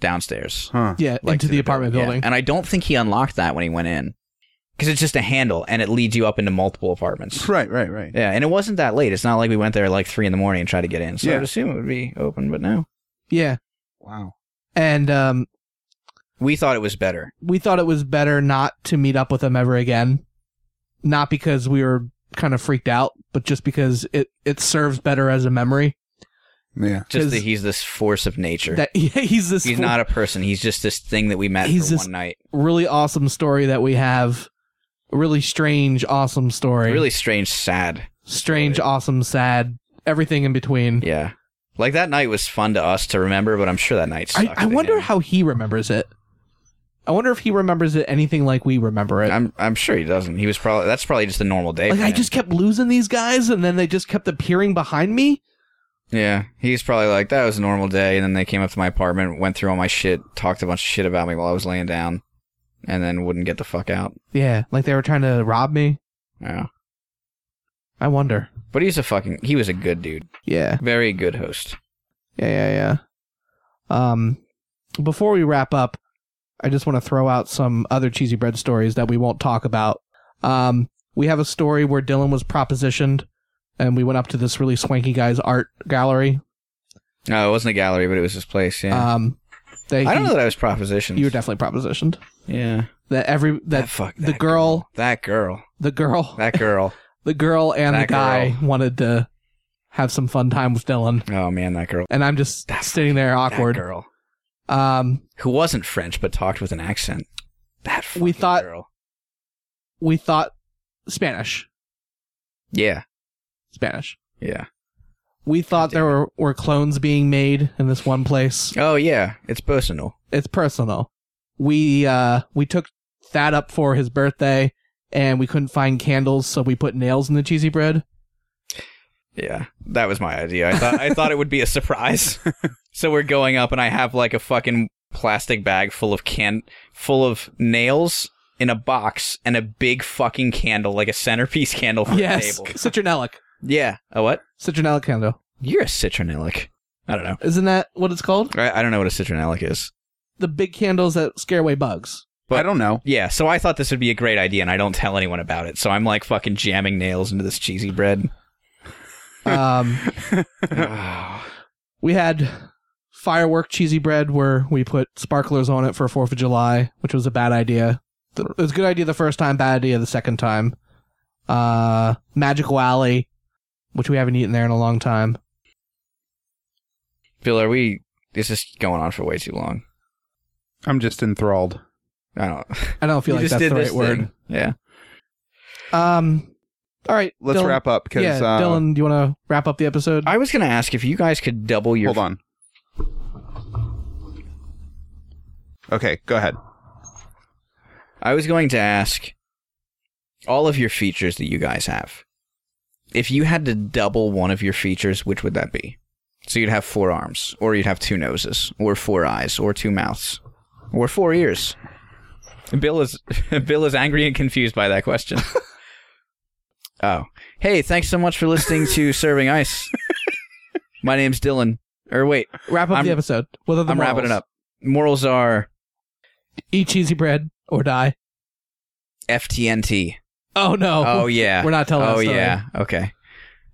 S3: downstairs
S1: Huh.
S2: Yeah,
S3: like,
S2: into
S3: to
S2: the, apartment
S3: yeah.
S2: building.
S3: and i don't think he unlocked that when he went in because it's just a handle and it leads you up into multiple apartments
S1: Right. Right. Right.
S3: yeah and it wasn't that late it's not like we went there at like three in the morning and tried to get in so
S1: Yeah.
S3: i'd assume it would be open but no
S2: Yeah.
S1: Wow.
S2: And um,
S3: we thought it was better
S2: we thought it was better not to meet up with him ever again. Not because we were kind of freaked out, but just because it, it serves better as a memory.
S1: Yeah.
S3: just
S2: 'Cause-
S3: that he's this force of nature
S2: That he's this
S3: he's not a person he's just this thing that we met
S2: He's
S3: for
S2: this-
S3: one night
S2: really awesome story that we have. A really strange, awesome story.
S3: really strange sad
S2: strange, awesome, sad, everything in between.
S3: Yeah. Like that night was fun to us to remember, but I'm sure that night sucked.
S2: I, I
S3: to
S2: wonder
S3: him.
S2: how he remembers it. I wonder if he remembers it anything like we remember it.
S3: I'm I'm sure he doesn't. He was probably that's probably just a normal day.
S2: like
S3: for
S2: I
S3: him.
S2: just kept losing these guys, and then they just kept appearing behind me.
S3: yeah. He's probably like that was a normal day, and then they came up to my apartment, went through all my shit, talked a bunch of shit about me while I was laying down, and then wouldn't get the fuck out.
S2: Yeah, like they were trying to rob me.
S3: Yeah.
S2: I wonder.
S3: But he's a fucking he was a good dude,
S2: Yeah,
S3: very good host.
S2: yeah, yeah, yeah. Um, before we wrap up, I just want to throw out some other cheesy bread stories that we won't talk about. Um, we have a story where Dylan was propositioned, and we went up to this really swanky guy's art gallery.
S3: No, it wasn't a gallery, but it was his place. Yeah.
S2: Um, they
S3: I don't know that I was propositioned.
S2: you were definitely propositioned.
S3: yeah.
S2: That every
S3: That
S2: that
S3: fuck
S2: the
S3: that
S2: girl,
S3: That girl.
S2: the girl,
S3: That girl.
S2: the girl, and the
S3: that
S2: guy
S3: girl.
S2: wanted to have some fun time with Dylan,
S3: oh man, that girl.
S2: and I'm just
S3: That
S2: sitting there
S3: That
S2: awkward.
S3: girl.
S2: Um,
S3: Who wasn't French but talked with an accent. That
S2: We
S3: fucking
S2: thought-
S3: girl.
S2: we thought Spanish,
S3: Yeah.
S2: Spanish.
S3: Yeah.
S2: We thought there were, were clones being made in this one place.
S3: Oh yeah. It's personal.
S2: It's personal. We uh we took that up for his birthday and we couldn't find candles, so we put nails in the cheesy bread.
S3: Yeah. That was my idea. I thought I thought it would be a surprise. so we're going up and I have like a fucking plastic bag full of can full of nails in a box and a big fucking candle, like a centerpiece candle for
S2: Yes.
S3: the table.
S2: Citronelic.
S3: Yeah. A what?
S2: Citronelic candle.
S3: You're a citronelic. I don't know.
S2: Isn't that what it's called?
S3: I, I don't know what a citronelic is.
S2: The big candles that scare away bugs.
S3: But-
S1: I don't know.
S3: Yeah, so I thought this would be a great idea, and I don't tell anyone about it. So I'm like fucking jamming nails into this cheesy bread.
S2: Um we had firework cheesy bread where we put sparklers on it for 4th of July, which was a bad idea. Th- It was a good idea the first time, bad idea the second time. Uh, Magical Alley, which we haven't eaten there in a long time.
S3: Bill, are we? This is going on for way too long.
S1: I'm just enthralled.
S3: I don't.
S2: I don't feel
S3: You
S2: like
S3: just
S2: that's
S3: did
S2: the right
S3: this
S2: word.
S3: thing. Yeah.
S2: Um, all right.
S1: Let's
S2: Dylan-
S1: wrap up uh, because
S2: Yeah, Dylan, do you want to wrap up the episode?
S3: uh, I was gonna ask if you guys could double your.
S1: hold on. Okay, go ahead.
S3: I was going to ask all of your features that you guys have. If you had to double one of your features, which would that be? So you'd have four arms, or you'd have two noses, or four eyes, or two mouths, or four ears. Bill is Bill is angry and confused by that question. oh, hey, thanks so much for listening to Serving Ice. My name's Dylan. Or wait,
S2: wrap up
S3: I'm-
S2: the episode. What are the
S3: I'm wrapping it
S2: morals?
S3: up. Morals are
S2: Eat cheesy bread or die.
S3: FTNT.
S2: Oh no.
S3: Oh yeah.
S2: We're not telling. that
S3: Oh
S2: story.
S3: yeah. Okay.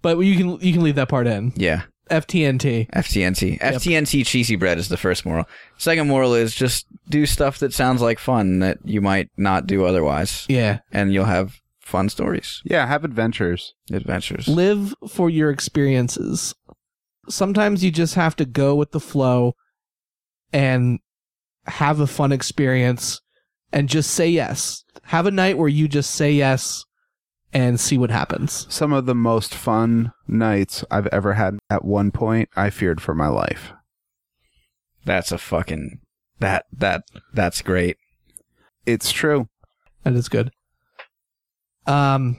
S2: But you can you can leave that part in.
S3: Yeah.
S2: FTNT.
S3: FTNT. FTNT cheesy bread is the first moral. Second moral is just do stuff that sounds like fun that you might not do otherwise,
S2: Yeah.
S3: and you'll have fun stories,
S1: Yeah, have adventures.
S3: adventures.
S2: Live for your experiences. Sometimes you just have to go with the flow and have a fun experience and just say yes. Have a night where you just say yes and see what happens.
S1: Some of the most fun nights I've ever had. At one point, I feared for my life.
S3: That's a fucking that that that's great.
S1: It's true.
S2: That is good. Um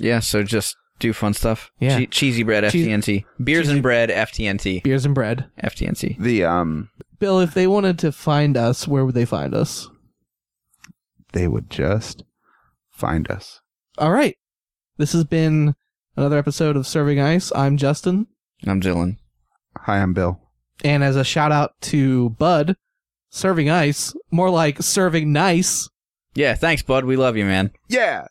S3: Yeah. So just do fun stuff.
S2: Yeah.
S3: Che- cheesy bread.
S2: Cheese-
S3: FTNT. Beers
S2: cheesy-
S3: and bread. FTNT.
S2: beers and bread.
S3: FTNT.
S1: The um,
S2: Bill, if they wanted to find us, where would they find us?
S1: they would just find us.
S2: All right. This has been another episode of Serving Ice. I'm Justin.
S3: I'm Dylan.
S1: Hi, I'm Bill.
S2: And as a shout out to Bud, serving ice, more like serving nice.
S3: Yeah. Thanks, bud. We love you, man.
S1: Yeah.